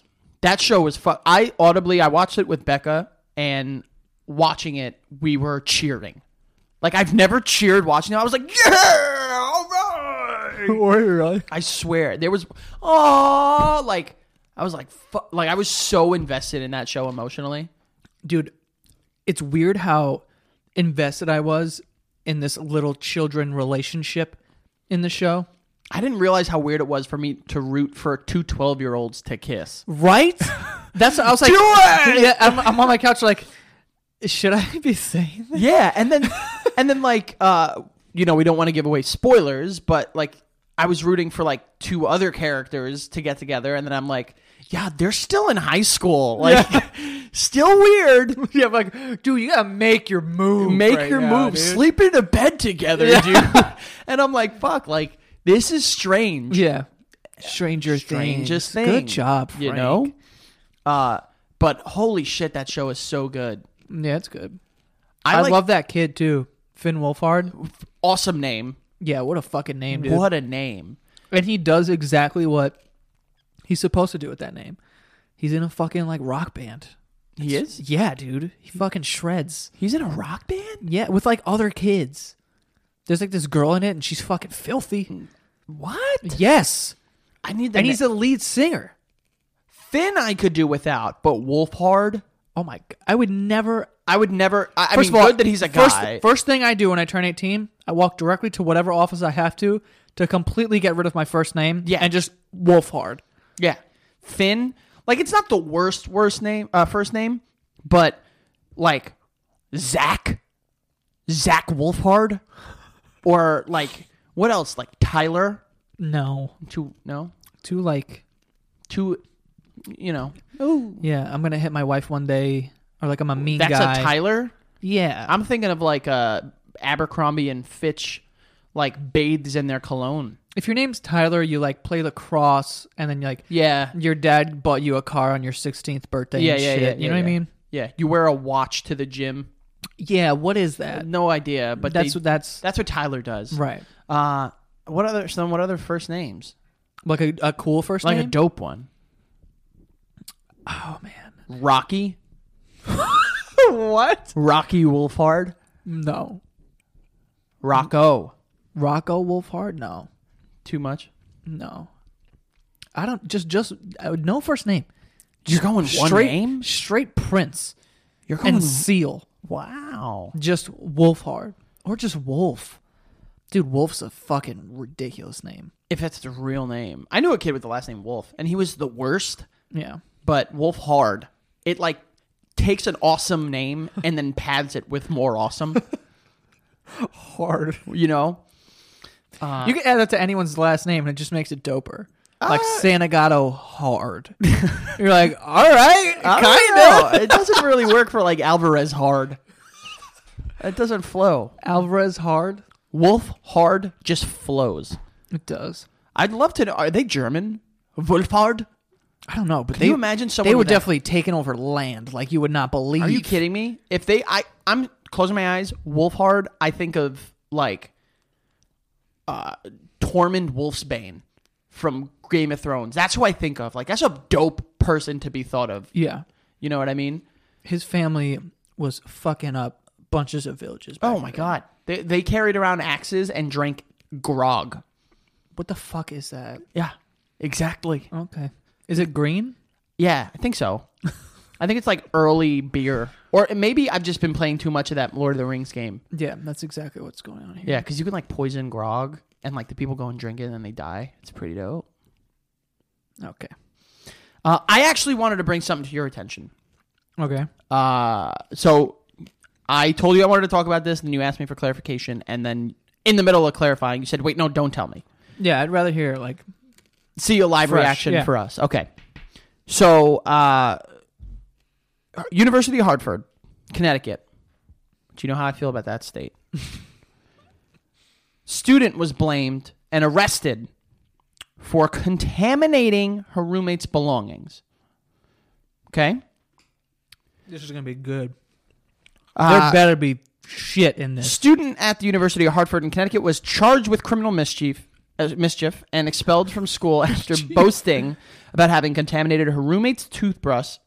Speaker 2: That show was fun. I audibly I watched it with Becca and watching it we were cheering. Like I've never cheered watching it. I was like, "Yeah, all right." I swear there was oh like I was like fu- like I was so invested in that show emotionally.
Speaker 1: Dude, it's weird how invested I was in this little children relationship in the show.
Speaker 2: I didn't realize how weird it was for me to root for two 12 year olds to kiss.
Speaker 1: Right? That's what I was like. Yeah, I'm, I'm on my couch like, should I be saying this?
Speaker 2: Yeah, and then and then like uh you know, we don't want to give away spoilers, but like I was rooting for like two other characters to get together, and then I'm like, yeah, they're still in high school, like still weird.
Speaker 1: yeah, I'm like, dude, you gotta make your move.
Speaker 2: Make
Speaker 1: right
Speaker 2: your
Speaker 1: now,
Speaker 2: move,
Speaker 1: dude.
Speaker 2: sleep in a bed together, dude. and I'm like, fuck, like this is strange.
Speaker 1: Yeah. Stranger
Speaker 2: Strangest
Speaker 1: Things.
Speaker 2: thing.
Speaker 1: Good job,
Speaker 2: you
Speaker 1: Frank.
Speaker 2: know. Uh, but holy shit, that show is so good.
Speaker 1: Yeah, it's good.
Speaker 2: I,
Speaker 1: I,
Speaker 2: like,
Speaker 1: love that kid too, Finn Wolfhard.
Speaker 2: awesome name.
Speaker 1: Yeah, what a fucking name, dude.
Speaker 2: What a name.
Speaker 1: And he does exactly what he's supposed to do with that name. He's in a fucking like rock band.
Speaker 2: He is.
Speaker 1: Yeah, dude. He fucking shreds.
Speaker 2: He's in a rock band.
Speaker 1: Yeah, with like other kids. There's like this girl in it, and she's fucking filthy.
Speaker 2: Hmm. What?
Speaker 1: Yes,
Speaker 2: I need that.
Speaker 1: and he's a lead singer.
Speaker 2: Finn. I could do without, but Wolfhard.
Speaker 1: Oh my! God. I would never.
Speaker 2: I would never. I, I
Speaker 1: First
Speaker 2: mean,
Speaker 1: of all,
Speaker 2: good that he's a
Speaker 1: first,
Speaker 2: guy.
Speaker 1: First thing I do when I turn 18, I walk directly to whatever office I have to to completely get rid of my first name.
Speaker 2: Yeah.
Speaker 1: and just wolf hard.
Speaker 2: yeah, Finn. Like it's not the worst worst name uh, first name, but like Zach, Zach Wolfhard, or like what else? Like Tyler.
Speaker 1: No,
Speaker 2: Two no
Speaker 1: too like.
Speaker 2: two. You know
Speaker 1: Yeah, I'm gonna hit my wife one day, or like I'm a mean
Speaker 2: that's
Speaker 1: guy.
Speaker 2: a Tyler.
Speaker 1: Yeah,
Speaker 2: I'm thinking of like uh, Abercrombie and Fitch, like bathes in their cologne.
Speaker 1: if your name's Tyler, you like play lacrosse, and then you like
Speaker 2: Yeah,
Speaker 1: your dad bought you a car on your 16th birthday.
Speaker 2: Yeah,
Speaker 1: and
Speaker 2: yeah,
Speaker 1: shit.
Speaker 2: yeah,
Speaker 1: You
Speaker 2: yeah,
Speaker 1: know what I
Speaker 2: yeah.
Speaker 1: mean?
Speaker 2: yeah. You wear a watch to the gym.
Speaker 1: Yeah. What is that?
Speaker 2: No idea, but
Speaker 1: that's
Speaker 2: that's
Speaker 1: what that's
Speaker 2: that's what Tyler does.
Speaker 1: right.
Speaker 2: Uh, what other some what other first names?
Speaker 1: Like a, a cool first
Speaker 2: Like a
Speaker 1: name.
Speaker 2: dope one.
Speaker 1: oh man.
Speaker 2: Rocky.
Speaker 1: What?
Speaker 2: Rocky Wolfhard.
Speaker 1: No.
Speaker 2: Rocco.
Speaker 1: Rocco Wolfhard? No.
Speaker 2: Too much.
Speaker 1: No. I don't just just uh, no first name.
Speaker 2: You're going one
Speaker 1: straight
Speaker 2: name.
Speaker 1: straight Prince
Speaker 2: You're
Speaker 1: and
Speaker 2: going
Speaker 1: Seal.
Speaker 2: wow.
Speaker 1: Just Wolfhard or just Wolf. Dude, Wolf's a fucking ridiculous name.
Speaker 2: If that's the real name, I knew a kid with the last name Wolf, and he was the worst.
Speaker 1: Yeah.
Speaker 2: but Wolf Hard, it like takes an awesome name and then pads it with more awesome.
Speaker 1: Hard.
Speaker 2: You know,
Speaker 1: you can add that to anyone's last name and it just makes it doper.
Speaker 2: Uh,
Speaker 1: Like Sanagato Hard. You're like, all right, kind
Speaker 2: of. It doesn't really work for like Alvarez Hard. It doesn't flow.
Speaker 1: of. Alvarez Hard.
Speaker 2: Wolf Hard just flows.
Speaker 1: It does.
Speaker 2: I'd love to know. Are they German? Wolf Hard?
Speaker 1: I don't know, but
Speaker 2: Can
Speaker 1: they
Speaker 2: you imagine someone
Speaker 1: they were
Speaker 2: with that-
Speaker 1: definitely taking over land like you would not believe.
Speaker 2: Are you kidding me? If they, I, I'm closing my eyes. Wolf Hard. I think of like, uh, Tormund Wolfsbane from Game of Thrones. That's who I think of. Like, that's a dope person to be thought of.
Speaker 1: Yeah,
Speaker 2: You know what I mean?
Speaker 1: his family was fucking up bunches of villages. back
Speaker 2: Oh my god. They they carried around axes and drank grog.
Speaker 1: What the fuck is that?
Speaker 2: Yeah. Exactly.
Speaker 1: Okay, is it green?
Speaker 2: Yeah, I think so. I think it's like early beer. Or maybe I've just been playing too much of that Lord of the Rings game.
Speaker 1: Yeah, that's exactly what's going on here.
Speaker 2: Yeah, cuz you can like poison grog and like the people go and drink it and then they die. It's pretty dope.
Speaker 1: Okay.
Speaker 2: Uh, I actually wanted to bring something to your attention.
Speaker 1: Okay.
Speaker 2: Uh, so I told you I wanted to talk about this and you asked me for clarification and then in the middle of clarifying you said, "Wait, no, don't tell me."
Speaker 1: Yeah, I'd rather hear like
Speaker 2: see a live
Speaker 1: Fresh,
Speaker 2: reaction
Speaker 1: yeah.
Speaker 2: for us. Okay. So, uh, University of Hartford, Connecticut. Do you know how I feel about that state? Student was blamed and arrested for contaminating her roommate's belongings. Okay.
Speaker 1: this is gonna be good.
Speaker 2: Uh,
Speaker 1: there better be shit in this.
Speaker 2: student at the University of Hartford in Connecticut was charged with criminal mischief, uh, mischief and expelled from school after boasting about having contaminated her roommate's toothbrush,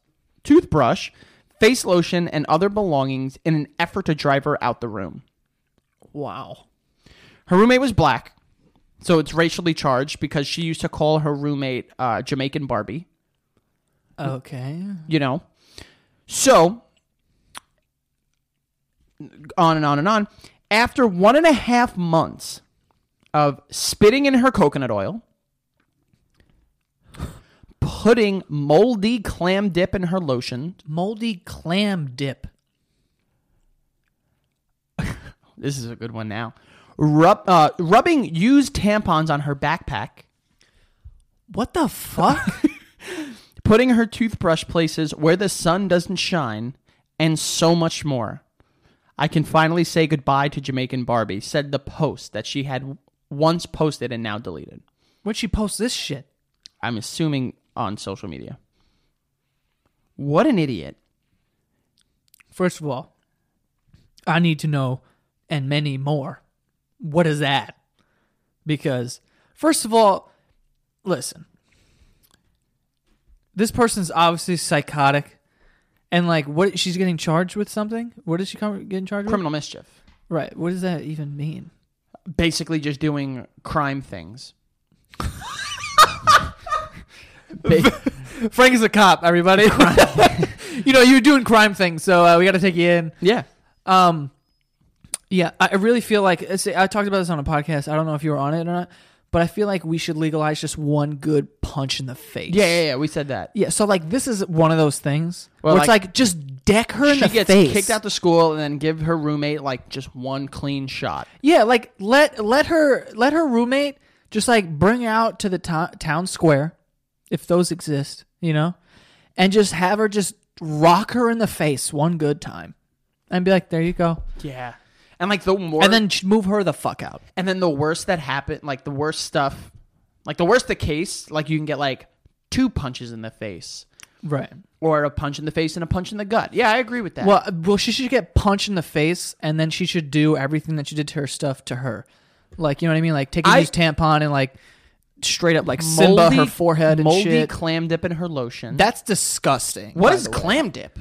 Speaker 2: toothbrush, face lotion, and other belongings in an effort to drive her out the room.
Speaker 1: Wow.
Speaker 2: Her roommate was black, so it's racially charged because she used to call her roommate uh, Jamaican Barbie.
Speaker 1: Okay.
Speaker 2: you know. So, on and on and on. After one and a half months of spitting in her coconut oil, putting moldy clam dip in her lotion,
Speaker 1: Moldy clam dip.
Speaker 2: this is a good one now, rub, uh, rubbing used tampons on her backpack,
Speaker 4: What the fuck?
Speaker 2: putting her toothbrush places where the sun doesn't shine, and so much more. I can finally say goodbye to Jamaican Barbie, said the post that she had once posted and now deleted.
Speaker 1: When she posts this shit,
Speaker 2: I'm assuming on social media. What an idiot.
Speaker 1: first of all, I need to know, and many more. What is that? Because first of all, listen, this person's obviously psychotic, and like, what she's getting charged with something? What is she com- getting charged with?
Speaker 2: Criminal mischief.
Speaker 1: Right. What does that even mean?
Speaker 2: Basically, just doing crime things.
Speaker 1: Frank is a cop, everybody. you know, you're doing crime things, so uh, we got to take you in.
Speaker 2: Yeah.
Speaker 1: Um, yeah, I I really feel like I say- I talked about this on a podcast. I don't know if you were on it or not, but I feel like we should legalize just one good punch in the face.
Speaker 2: Yeah, yeah, yeah. We said that.
Speaker 1: Yeah, so like this is one of those things
Speaker 2: Well,
Speaker 1: where it's like just deck her in
Speaker 2: she
Speaker 1: the
Speaker 2: gets
Speaker 1: face.
Speaker 2: kicked out the school and then give her roommate like just one clean shot.
Speaker 1: yeah, like let let her let her roommate just like bring her out to the to- town square, if those exist, you know, and just have her just rock her in the face one good time, and be like, there you go,
Speaker 2: Yeah. And like the more
Speaker 1: and then sh- move her the fuck out.
Speaker 2: and then the worst that happened, like the worst stuff, like the worst the case, like you can get like two punches in the face
Speaker 1: Right.
Speaker 2: or a punch in the face and a punch in the gut. Yeah, I agree with that.
Speaker 1: Well, uh, well, she should get punched in the face, and then she should do everything that she did to her stuff to her, like you know what I mean, like take a
Speaker 2: I-
Speaker 1: used tampon and like straight up like Simba her forehead and
Speaker 2: moldy
Speaker 1: shit.
Speaker 2: clam dip in her lotion.
Speaker 1: That's disgusting.
Speaker 2: what
Speaker 1: by
Speaker 2: is
Speaker 1: the way.
Speaker 2: clam dip?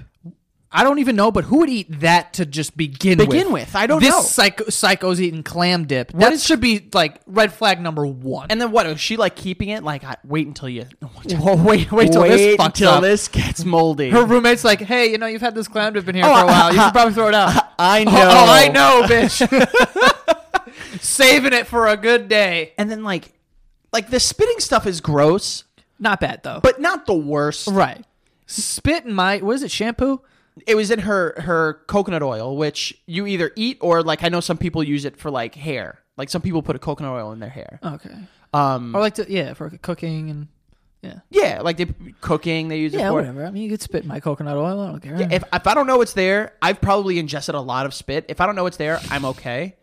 Speaker 1: I don't even know, but who would eat that to just begin with?
Speaker 2: Begin with, I don't
Speaker 1: this
Speaker 2: know.
Speaker 1: psycho psycho's eating clam dip. That
Speaker 2: is-
Speaker 1: should be like red flag number one.
Speaker 2: And then what? Is she like keeping it? Like I, wait until you
Speaker 1: Whoa, wait, wait till this fucks
Speaker 2: until
Speaker 1: up.
Speaker 2: this gets moldy.
Speaker 1: her roommate's like, "Hey, you know, you've had this clam dip in here
Speaker 2: Oh,
Speaker 1: for a while.
Speaker 2: I-
Speaker 1: You should probably throw it out."
Speaker 2: I know.
Speaker 1: Oh, I know, bitch. Saving it for a good day.
Speaker 2: And then like, like the spitting stuff is gross,
Speaker 1: Not bad though.
Speaker 2: but not the worst.
Speaker 1: right, spit in my what is it? Shampoo?
Speaker 2: It was in her her coconut oil, which you either eat or like I know some people use it for like hair. Like some people put a coconut oil in their hair.
Speaker 1: Okay.
Speaker 2: Um,
Speaker 1: Or like to yeah for cooking and
Speaker 2: yeah, like they cooking they use it
Speaker 1: yeah
Speaker 2: for.
Speaker 1: whatever. I mean, you could spit in my coconut oil. I don't care.
Speaker 2: If if I don't know what's there, I've probably ingested a lot of spit. If I don't know what's there, I'm okay.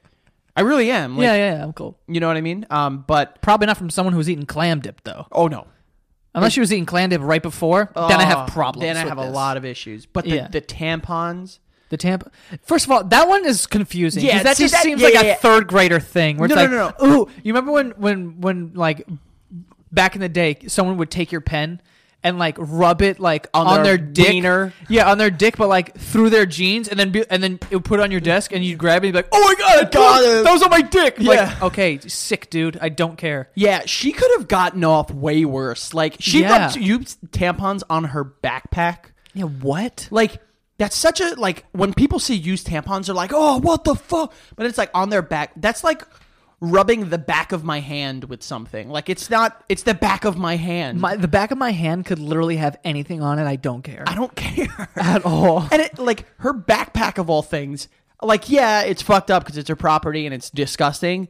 Speaker 2: I really am. Like,
Speaker 1: yeah, yeah, yeah. I'm cool.
Speaker 2: You know what I mean? Um, but
Speaker 1: Probably not from someone who's eating clam dip though.
Speaker 2: oh no,
Speaker 1: Unless she was eating clam dip right before, then I have
Speaker 2: Oh,
Speaker 1: problems.
Speaker 2: Then I have a lot of issues. But the,
Speaker 1: Yeah.
Speaker 2: the tampons.
Speaker 1: the Tampa. First of all, that one is confusing. 'cause
Speaker 2: Yeah,
Speaker 1: that
Speaker 2: see,
Speaker 1: just
Speaker 2: that-
Speaker 1: seems
Speaker 2: yeah,
Speaker 1: like
Speaker 2: yeah,
Speaker 1: a
Speaker 2: yeah.
Speaker 1: third grader thing. Where
Speaker 2: No,
Speaker 1: it's
Speaker 2: no,
Speaker 1: like, ooh, you remember when when when like back in the day, someone would take your pen and like rub it like on,
Speaker 2: their
Speaker 1: their, dick,
Speaker 2: wiener.
Speaker 1: yeah, on their dick, but like through their jeans, and then be, and then it would put it on your desk, and you'd grab it, and be like, oh my god, I
Speaker 2: Got
Speaker 1: got
Speaker 2: it.
Speaker 1: it. That was on my dick.
Speaker 2: Yeah.
Speaker 1: Like, okay, sick dude. I don't care.
Speaker 2: Yeah, she could have gotten off way worse. Like she
Speaker 1: Yeah.
Speaker 2: rubbed used tampons on her backpack.
Speaker 1: Yeah, what?
Speaker 2: Like that's such a like when people see used tampons, they're like, "Oh, what the fuck!" But it's like on their back. That's like rubbing the back of my hand with something. Like it's not. It's the back of my hand.
Speaker 1: My, the back of my hand could literally have anything on it. I don't care
Speaker 2: I don't care
Speaker 1: at all.
Speaker 2: And it like her backpack of all things, like yeah, it's fucked up because it's her property and it's disgusting.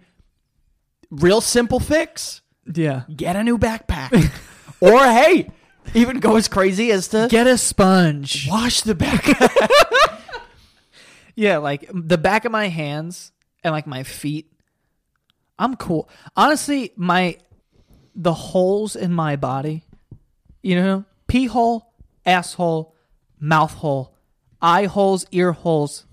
Speaker 2: Real simple fix:
Speaker 1: Yeah.
Speaker 2: get a new backpack, or hey, even go as crazy as to
Speaker 1: Get a sponge.
Speaker 2: wash the backpack.
Speaker 1: Yeah, like the back of my hands and like my feet. I'm cool. Honestly, my the holes in my body, you know, pee hole, asshole, mouth hole, eye holes, ear holes,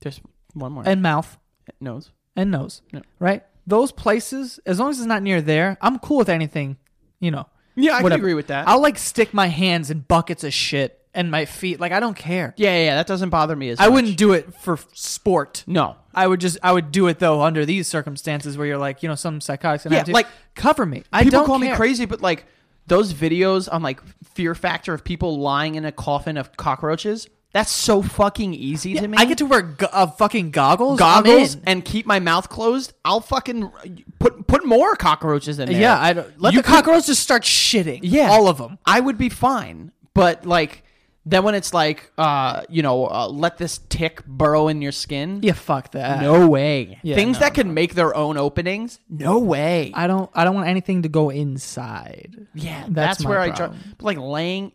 Speaker 2: There's one more
Speaker 1: and mouth
Speaker 2: nose.
Speaker 1: and nose. Right? Those places, as long as it's not near there, I'm cool with anything, you know.
Speaker 2: Yeah, I
Speaker 1: whatever.
Speaker 2: can agree with that.
Speaker 1: I'll like stick my hands in buckets of shit and my feet. Like I don't care.
Speaker 2: yeah, yeah, yeah, that doesn't bother me as
Speaker 1: I
Speaker 2: much.
Speaker 1: wouldn't do it for sport.
Speaker 2: No,
Speaker 1: I would just I would do it though under these circumstances where you're like you know some psychotics and
Speaker 2: Yeah,
Speaker 1: have to-
Speaker 2: like,
Speaker 1: cover me. I
Speaker 2: people
Speaker 1: don't
Speaker 2: call me
Speaker 1: care.
Speaker 2: crazy, but like those videos on like Fear Factor of people lying in a coffin of cockroaches. That's so fucking easy to me.
Speaker 1: I get to wear go- uh, fucking goggles. I'm
Speaker 2: goggles
Speaker 1: in.
Speaker 2: and keep my mouth closed, I'll fucking put put more cockroaches in there.
Speaker 1: yeah, I don't, let
Speaker 2: You
Speaker 1: the cockroaches just start shitting.
Speaker 2: yeah,
Speaker 1: all of them.
Speaker 2: I would be fine, but like Then when it's like, uh, you know, uh, let this tick burrow in your skin.
Speaker 1: Yeah, fuck that.
Speaker 2: No way.
Speaker 1: Yeah,
Speaker 2: Things
Speaker 1: no,
Speaker 2: that can make their own openings. No way.
Speaker 1: I don't. I don't want anything to go inside.
Speaker 2: yeah, that's,
Speaker 1: that's my
Speaker 2: where I draw.
Speaker 1: problem.
Speaker 2: Like laying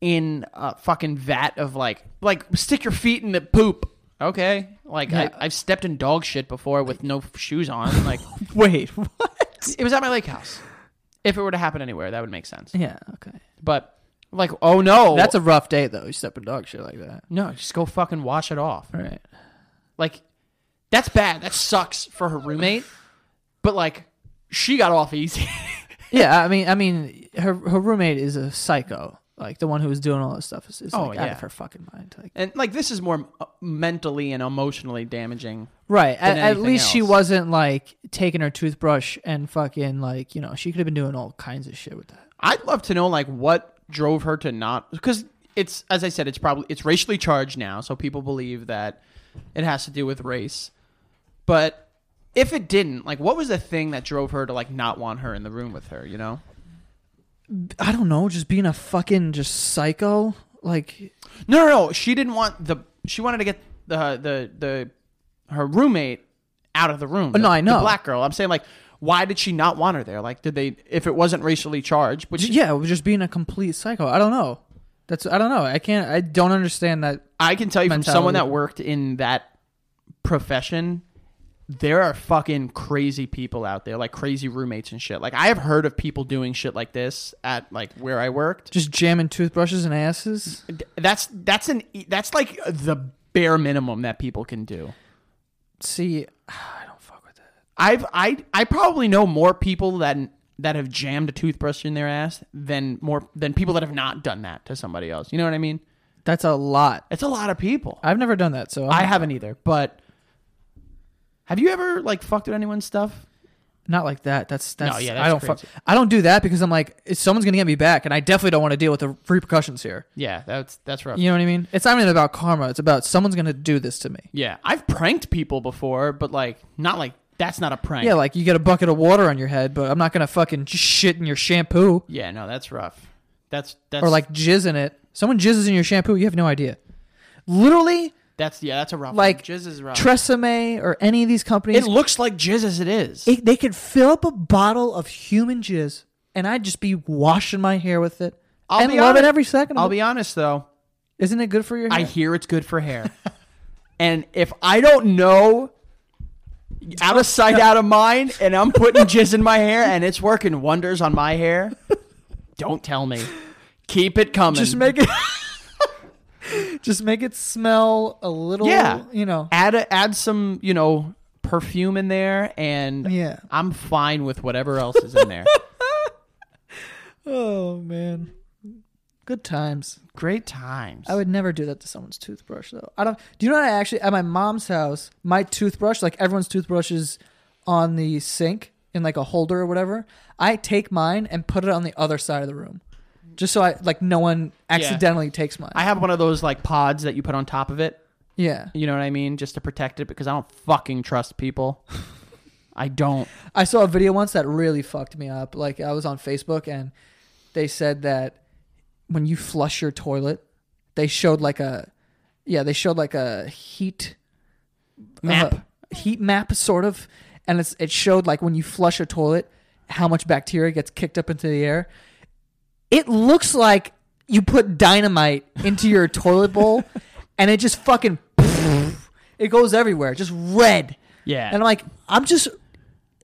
Speaker 2: in a fucking vat of like, like stick your feet in the poop. Okay. Like
Speaker 1: Yeah.
Speaker 2: I, I've stepped in dog shit before with no shoes on. Like
Speaker 1: Wait, what?
Speaker 2: it was at my lake house. If it were to happen anywhere, that would make sense.
Speaker 1: Yeah. Okay.
Speaker 2: But like, oh no,
Speaker 1: That's a rough day though. You step in dog shit like that.
Speaker 2: no. Just go fucking wash it off.
Speaker 1: Right.
Speaker 2: Like, that's bad. That sucks for her roommate. But like, she got off easy.
Speaker 1: Yeah. I mean. I mean. Her her roommate is a psycho. Like the one who was doing all this stuff is, is
Speaker 2: Oh,
Speaker 1: like out
Speaker 2: yeah.
Speaker 1: of her fucking mind. Like
Speaker 2: and like, this is more uh, mentally and emotionally damaging.
Speaker 1: Right. At, at
Speaker 2: anything
Speaker 1: least she
Speaker 2: else.
Speaker 1: wasn't like taking her toothbrush and fucking like you know she could have been doing all kinds of shit with that.
Speaker 2: I'd love to know like what drove her to not because it's as I said, it's probably it's racially charged now, so people believe that it has to do with race. But if it didn't, like, what was the thing that drove her to like not want her in the room with her? You know.
Speaker 1: I don't know, just being a fucking just psycho. Like
Speaker 2: No, no, no. She didn't want the. She wanted to get the the the her roommate out of the room.
Speaker 1: Oh, no,
Speaker 2: the-
Speaker 1: I know.
Speaker 2: the black girl. I'm saying like, why did she not want her there? Like, did they? If it wasn't racially charged, which
Speaker 1: yeah, it was just being a complete psycho. I don't know. That's I don't know. I can't. I don't understand that.
Speaker 2: I can tell you from someone
Speaker 1: Mentality.
Speaker 2: that worked in that profession, there are fucking crazy people out there, like crazy roommates and shit. Like I have heard of people doing shit like this at like where I worked.
Speaker 1: Just jamming toothbrushes and asses.
Speaker 2: That's that's an that's like the bare minimum that people can do.
Speaker 1: See, I don't fuck with that.
Speaker 2: I've I I probably know more people that that have jammed a toothbrush in their ass than more than people that have not done that to somebody else. You know what I mean?
Speaker 1: That's a lot.
Speaker 2: It's a lot of people.
Speaker 1: I've never done that, so I'm
Speaker 2: I haven't either, but have you ever like fucked with anyone's stuff?
Speaker 1: not like that. That's that's.
Speaker 2: yeah,
Speaker 1: I
Speaker 2: that's
Speaker 1: don't
Speaker 2: crazy.
Speaker 1: fuck. I don't do that because I'm like if someone's gonna get me back, and I definitely don't want to deal with the repercussions here.
Speaker 2: Yeah, that's that's rough.
Speaker 1: You know what I mean? It's not even about karma. It's about someone's gonna do this to me.
Speaker 2: Yeah, I've pranked people before, but like not like that's not a prank.
Speaker 1: Yeah, like you get a bucket of water on your head, but I'm not gonna fucking shit in your shampoo
Speaker 2: yeah, no, that's rough. That's that's
Speaker 1: or like jizz in it. Someone jizzes in your shampoo, you have no idea. Literally,
Speaker 2: that's yeah, that's a rough.
Speaker 1: like
Speaker 2: one. jizz is rough.
Speaker 1: Tresemme or any of these
Speaker 2: it
Speaker 1: companies,
Speaker 2: looks like jizz as it is.
Speaker 1: it- they could fill up a bottle of human jizz, and I'd just be washing my hair with it
Speaker 2: I'll
Speaker 1: and
Speaker 2: be
Speaker 1: love
Speaker 2: honest-
Speaker 1: it every second.
Speaker 2: I'll
Speaker 1: Of it.
Speaker 2: be honest though,
Speaker 1: Isn't it good for your
Speaker 2: I
Speaker 1: hair?
Speaker 2: hear it's good for hair. and if I don't know, out of sight, out of mind, and I'm putting jizz in my hair and it's working wonders on my hair, don't tell me. Keep it coming.
Speaker 1: just make it. just make it smell a little.
Speaker 2: Yeah.
Speaker 1: you know.
Speaker 2: add a, add some, you know, perfume in there and
Speaker 1: Yeah.
Speaker 2: I'm fine with whatever else is in there.
Speaker 1: Oh man, good times.
Speaker 2: Great times.
Speaker 1: I would never do that to someone's toothbrush though. I don't. Do you know what I actually at my mom's house? My toothbrush, like everyone's toothbrush, is on the sink in like a holder or whatever. I take mine and put it on the other side of the room, just so I like no one accidentally takes mine.
Speaker 2: I have one of those like pods that you put on top of it.
Speaker 1: yeah,
Speaker 2: You know what I mean? Just to protect it because I don't fucking trust people. I don't.
Speaker 1: I saw a video once that really fucked me up. Like I was on Facebook and they said that when you flush your toilet, they showed like a yeah, they showed like a heat
Speaker 2: Map.
Speaker 1: uh, heat map sort of and it's it showed like when you flush a toilet how much bacteria gets kicked up into the air. It looks like you put dynamite into your toilet bowl and it just fucking it goes everywhere, just red.
Speaker 2: Yeah.
Speaker 1: And I'm like, I'm just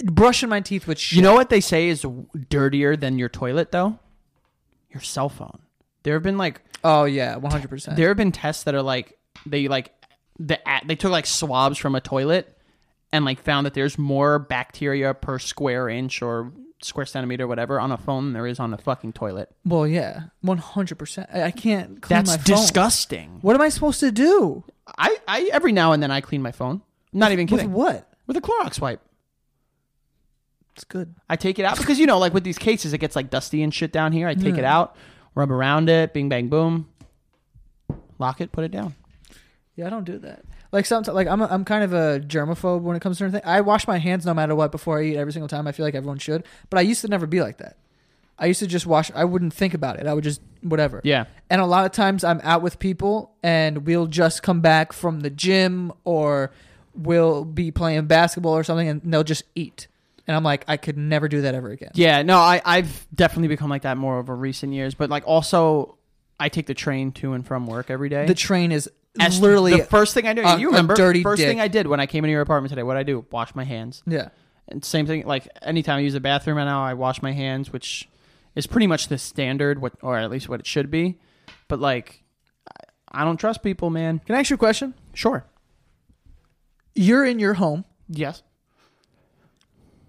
Speaker 1: brushing my teeth with shit.
Speaker 2: You know what they say is dirtier than your toilet though? Your cell phone. There have been like
Speaker 1: oh yeah, 100. percent
Speaker 2: there have been tests that are like they like the a- they took like swabs from a toilet and like found that there's more bacteria per square inch or square centimeter whatever on a phone than there is on a fucking toilet.
Speaker 1: Well, yeah, 100. percent I I can't clean
Speaker 2: That's
Speaker 1: my phone.
Speaker 2: disgusting.
Speaker 1: What am I supposed to do?
Speaker 2: I I every now and then I clean my phone. I'm not even
Speaker 1: With
Speaker 2: kidding.
Speaker 1: what?
Speaker 2: With a Clorox wipe.
Speaker 1: It's good.
Speaker 2: I take it out because you know like with these cases it gets like dusty and shit down here. I take it out, rub around it, bing bang boom. Lock it, put it down.
Speaker 1: Yeah, I don't do that. Like sometimes, like I'm, a, I'm kind of a germaphobe when it comes to anything. I wash my hands no matter what before I eat every single time. I feel like everyone should, but I used to never be like that. I used to just wash. I wouldn't think about it. I would just whatever.
Speaker 2: Yeah.
Speaker 1: And a lot of times I'm out with people, and we'll just come back from the gym, or we'll be playing basketball or something, and they'll just eat. And I'm like, I could never do that ever again.
Speaker 2: Yeah, no, I, I've definitely become like that more over recent years. But like also, I take the train to and from work every day.
Speaker 1: The train is
Speaker 2: As-
Speaker 1: literally
Speaker 2: the first thing I do.
Speaker 1: a-
Speaker 2: you remember
Speaker 1: a dirty
Speaker 2: first
Speaker 1: dick.
Speaker 2: thing I did when I came into your apartment today? What I do? Wash my hands.
Speaker 1: yeah.
Speaker 2: And same thing. Like anytime I use the bathroom now, I wash my hands, which is pretty much the standard, what or at least what it should be. But like, I, I don't trust people, man.
Speaker 1: Can I ask you a question?
Speaker 2: Sure.
Speaker 1: You're in your home.
Speaker 2: Yes.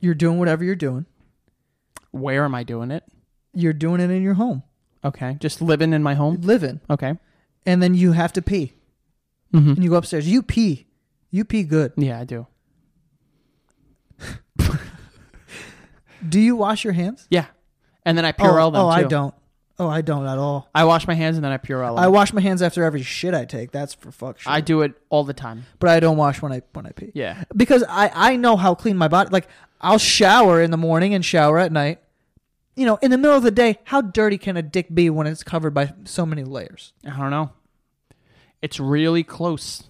Speaker 1: You're doing whatever you're doing.
Speaker 2: Where am I doing it?
Speaker 1: You're doing it in your home,
Speaker 2: Okay, just living in my home.
Speaker 1: living,
Speaker 2: Okay.
Speaker 1: and then you have to pee,
Speaker 2: Mhm.
Speaker 1: and you go upstairs. You pee. You pee good.
Speaker 2: Yeah, I do.
Speaker 1: Do you wash your hands?
Speaker 2: Yeah, and then I Purell
Speaker 1: oh,
Speaker 2: them.
Speaker 1: oh I
Speaker 2: too.
Speaker 1: don't. Oh, I don't at all.
Speaker 2: I wash my hands and then I Purell them.
Speaker 1: I wash my hands after every shit I take. That's for fuck sure.
Speaker 2: I do it all the time.
Speaker 1: but I don't wash when I when I pee.
Speaker 2: Yeah.
Speaker 1: Because I I know how clean my body. Like I'll shower in the morning and shower at night. You know, in the middle of the day, how dirty can a dick be when it's covered by so many layers?
Speaker 2: I don't know. It's really close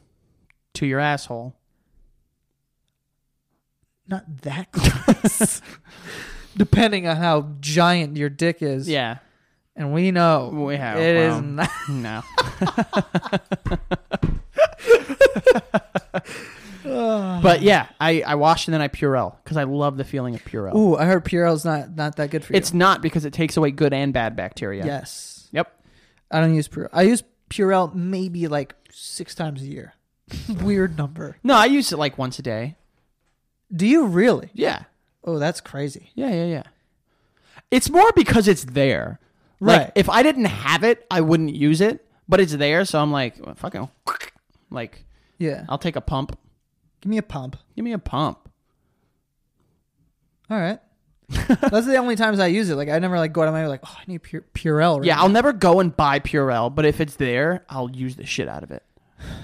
Speaker 2: to your asshole.
Speaker 1: Not that close. Depending on how giant your dick is.
Speaker 2: Yeah.
Speaker 1: And we know
Speaker 2: We have-
Speaker 1: it is
Speaker 2: wow.
Speaker 1: not.
Speaker 2: No. but yeah, I, I wash and then I Purell because I love the feeling of Purell.
Speaker 1: Ooh, I heard Purell's not not that good for
Speaker 2: It's
Speaker 1: you.
Speaker 2: not because it takes away good and bad bacteria.
Speaker 1: Yes.
Speaker 2: Yep.
Speaker 1: I don't use Purell. I use Purell maybe like six times a year. Weird number.
Speaker 2: No, I use it like once a day.
Speaker 1: Do you really?
Speaker 2: Yeah.
Speaker 1: Oh, that's crazy.
Speaker 2: Yeah, yeah, yeah. It's more because it's there. Like
Speaker 1: Right.
Speaker 2: if I didn't have it, I wouldn't use it, but it's there, so I'm like, well, fucking like
Speaker 1: Yeah.
Speaker 2: I'll take a pump.
Speaker 1: Give me a pump.
Speaker 2: Give me a pump.
Speaker 1: All right. Those are the only times I use it. Like I never like go out of my way like, oh, I need Pur- Purell. Right
Speaker 2: Yeah,
Speaker 1: now."
Speaker 2: I'll never go and buy Purell, but if it's there, I'll use the shit out of it.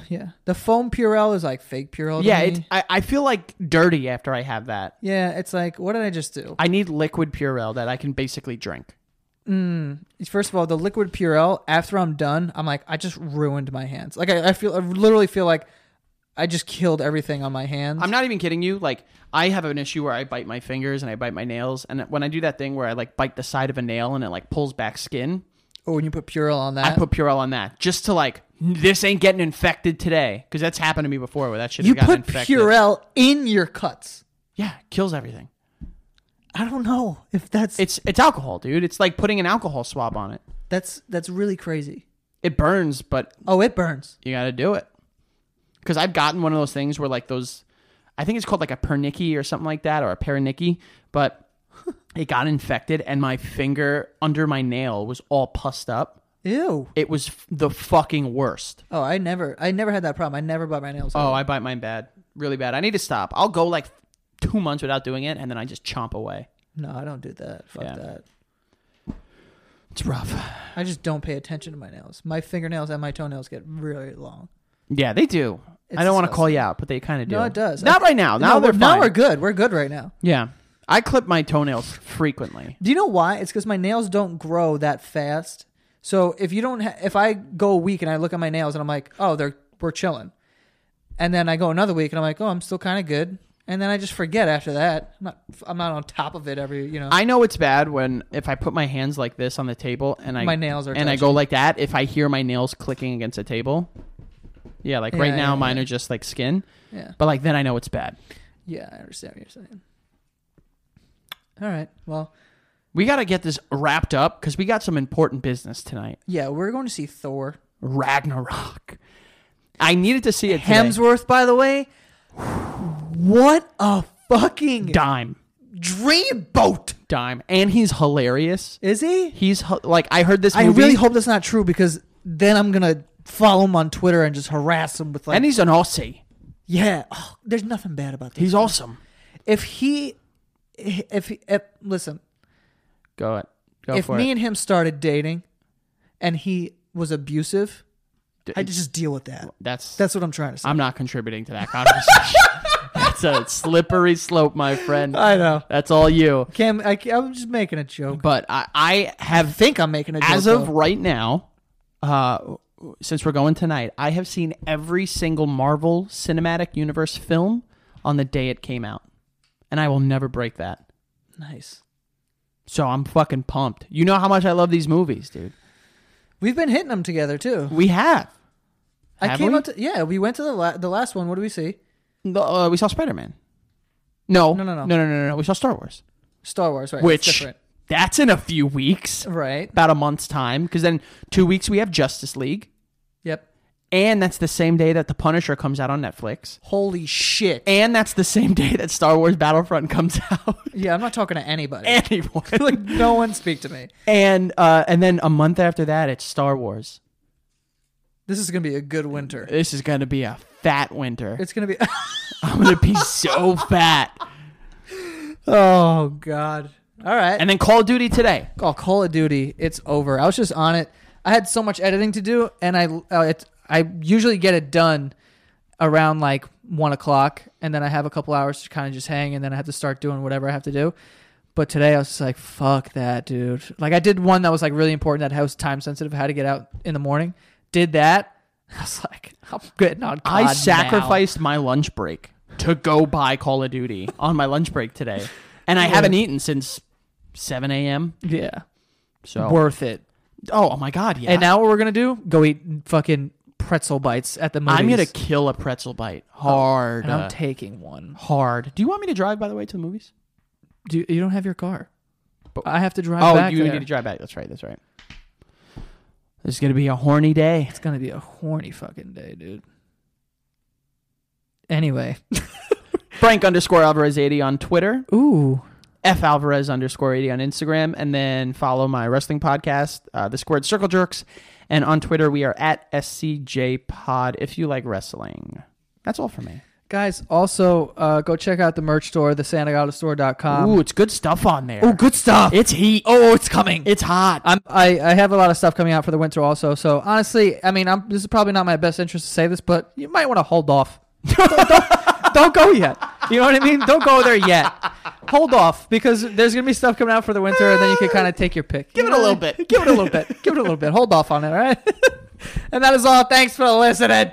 Speaker 1: yeah. The foam Purell is like fake Purell. to
Speaker 2: Yeah,
Speaker 1: me.
Speaker 2: it's, I, I feel like dirty after I have that.
Speaker 1: yeah. It's like, what did I just do?
Speaker 2: I need liquid Purell that I can basically drink.
Speaker 1: First of all, the liquid Purell. After I'm done, I'm like, I just ruined my hands. Like I, I feel, I literally feel like I just killed everything on my hands.
Speaker 2: I'm not even kidding you. Like, I have an issue where I bite my fingers and I bite my nails. And when I do that thing where I like bite the side of a nail and it like pulls back skin,
Speaker 1: oh, when you put Purell on
Speaker 2: I
Speaker 1: that,
Speaker 2: put Purell on that just to like, this ain't getting infected today. Because that's happened to me before where that shit
Speaker 1: you
Speaker 2: got
Speaker 1: put
Speaker 2: infected.
Speaker 1: Purell in your cuts.
Speaker 2: Yeah, kills everything.
Speaker 1: I don't know if that's
Speaker 2: It's it's alcohol, dude. It's like putting an alcohol swab on it.
Speaker 1: that's that's really crazy.
Speaker 2: It burns, but
Speaker 1: Oh, it burns.
Speaker 2: you got to do it. Because I've gotten one of those things where like those, I think it's called like a pernicky or something like that, or a pernicky, but it got infected and my finger under my nail was all pussed up.
Speaker 1: Ew.
Speaker 2: It was f- the fucking worst.
Speaker 1: Oh, I never, I never had that problem. I never bite my nails.
Speaker 2: Oh, I bite mine bad, really bad. I need to stop. I'll go like two months without doing it, and then I just chomp away.
Speaker 1: no, I don't do that. Fuck
Speaker 2: Yeah.
Speaker 1: that.
Speaker 2: It's rough.
Speaker 1: I just don't pay attention to my nails. My fingernails and my toenails get really long.
Speaker 2: Yeah, they do.
Speaker 1: It's
Speaker 2: I don't want to call you out, but they kind of do.
Speaker 1: No, it does.
Speaker 2: Not
Speaker 1: I-
Speaker 2: right now. Oh, Now
Speaker 1: no,
Speaker 2: they're
Speaker 1: we're, now
Speaker 2: fine.
Speaker 1: we're good. We're good right now.
Speaker 2: Yeah, I clip my toenails frequently.
Speaker 1: Do you know why? It's because my nails don't grow that fast. So if you don't, ha- if I go a week and I look at my nails and I'm like, oh, they're we're chilling, and then I go another week and I'm like, oh, I'm still kind of good, and then I just forget after that. I'm not, I'm not on top of it every, you know.
Speaker 2: I know it's bad when if I put my hands like this on the table and I
Speaker 1: My nails are
Speaker 2: and I go like that. If I hear my nails clicking against the table, yeah, like right
Speaker 1: Yeah,
Speaker 2: now
Speaker 1: yeah,
Speaker 2: mine are just like skin.
Speaker 1: Yeah.
Speaker 2: but like then I know it's bad.
Speaker 1: yeah, I understand what you're saying. All right, well,
Speaker 2: We got to get this wrapped up because we got some important business tonight.
Speaker 1: yeah, we're going to see Thor.
Speaker 2: Ragnarok. I needed to see it. today.
Speaker 1: Hemsworth, by the way. What a fucking
Speaker 2: dime,
Speaker 1: dreamboat
Speaker 2: dime, and he's hilarious.
Speaker 1: is he?
Speaker 2: He's hi- like I heard this.
Speaker 1: I
Speaker 2: movie-
Speaker 1: really hope that's not true because then I'm gonna follow him on Twitter and just harass him with like,
Speaker 2: and he's an Aussie.
Speaker 1: yeah, oh, there's nothing bad about this.
Speaker 2: He's awesome.
Speaker 1: if he, if he, if, listen,
Speaker 2: Go it. Go
Speaker 1: if
Speaker 2: for
Speaker 1: me
Speaker 2: it.
Speaker 1: and him started dating, and he was abusive, I just deal with that.
Speaker 2: That's
Speaker 1: That's what I'm trying to say.
Speaker 2: I'm not contributing to that conversation. It's a slippery slope, my friend.
Speaker 1: I know.
Speaker 2: That's all you.
Speaker 1: Cam, I, I'm just making a joke.
Speaker 2: But I, I have
Speaker 1: think I'm making a joke.
Speaker 2: as of
Speaker 1: though.
Speaker 2: right now, uh, since we're going tonight, I have seen every single Marvel Cinematic Universe film on the day it came out, and I will never break that.
Speaker 1: nice.
Speaker 2: So I'm fucking pumped. You know how much I love these movies, dude.
Speaker 1: We've been hitting them together too.
Speaker 2: We have.
Speaker 1: I
Speaker 2: Have
Speaker 1: came
Speaker 2: we?
Speaker 1: up to yeah. We went to the la- the last one. What do we see?
Speaker 2: The- uh, we saw Spider Man. No,
Speaker 1: No, no, no.
Speaker 2: no, no, no, no. We saw Star Wars,
Speaker 1: Star Wars, right? it's
Speaker 2: which
Speaker 1: different.
Speaker 2: that's in a few weeks,
Speaker 1: right?
Speaker 2: about a month's time, because then two weeks we have Justice League,
Speaker 1: Yep.
Speaker 2: and that's the same day that The Punisher comes out on Netflix.
Speaker 1: Holy shit.
Speaker 2: And that's the same day that Star Wars Battlefront comes out.
Speaker 1: yeah, I'm not talking to anybody.
Speaker 2: Anyone.
Speaker 1: like no one speak to me.
Speaker 2: and uh, and then a month after that, it's Star Wars.
Speaker 1: This is gonna be a good winter.
Speaker 2: This is gonna be a fat winter.
Speaker 1: It's gonna be.
Speaker 2: I'm gonna be so fat.
Speaker 1: oh God. All right.
Speaker 2: And then Call of Duty today.
Speaker 1: oh, Call of Duty, it's over. I was just on it. I had so much editing to do, and I uh, it, I usually get it done around like one o'clock, and then I have a couple hours to kind of just hang, and then I have to start doing whatever I have to do. But today I was just like, fuck that, dude. Like I did one that was like really important that was time sensitive. I had to get out in the morning. Did that. I was like, I'm getting on. COD
Speaker 2: I
Speaker 1: now.
Speaker 2: sacrificed my lunch break to go buy Call of Duty on my lunch break today, and I haven't eaten since 7 a.m.
Speaker 1: Yeah,
Speaker 2: So
Speaker 1: worth it.
Speaker 2: oh, oh my god, yeah.
Speaker 1: And now what we're gonna do? Go eat fucking pretzel bites at the movies.
Speaker 2: I'm gonna kill a pretzel bite hard,
Speaker 1: and
Speaker 2: uh,
Speaker 1: I'm taking one.
Speaker 2: hard. Do you want me to drive by the way to the movies?
Speaker 1: Do you, you don't have your car? I have to drive
Speaker 2: Oh,
Speaker 1: back
Speaker 2: you
Speaker 1: there.
Speaker 2: need to drive back. That's right. That's right. This is gonna be a horny day.
Speaker 1: it's gonna be a horny fucking day, dude. Anyway,
Speaker 2: Frank underscore Alvarez eighty on Twitter.
Speaker 1: ooh,
Speaker 2: F Alvarez underscore 80 on Instagram, and then follow my wrestling podcast, uh, The Squared Circle Jerks. And on Twitter, we are at SCJ Pod if you like wrestling. That's all for me.
Speaker 1: guys, also uh, go check out the merch store, thesantagatastore.com.
Speaker 2: Um, Ooh, it's good stuff on there.
Speaker 1: good stuff.
Speaker 2: It's heat.
Speaker 1: oh, it's coming.
Speaker 2: It's hot.
Speaker 1: I'm, I I have a lot of stuff coming out for the winter also. So honestly, I mean, I'm, this is probably not my best interest to say this, but you might want to hold off. don't, don't, don't go yet. You know what I mean? Don't go there yet. Hold off because there's gonna be stuff coming out for the winter, and then you can kind of take your pick.
Speaker 2: Give it a little bit.
Speaker 1: Give it a little bit. Give it a little bit. Hold off on it. All right. and that is all. Thanks for listening.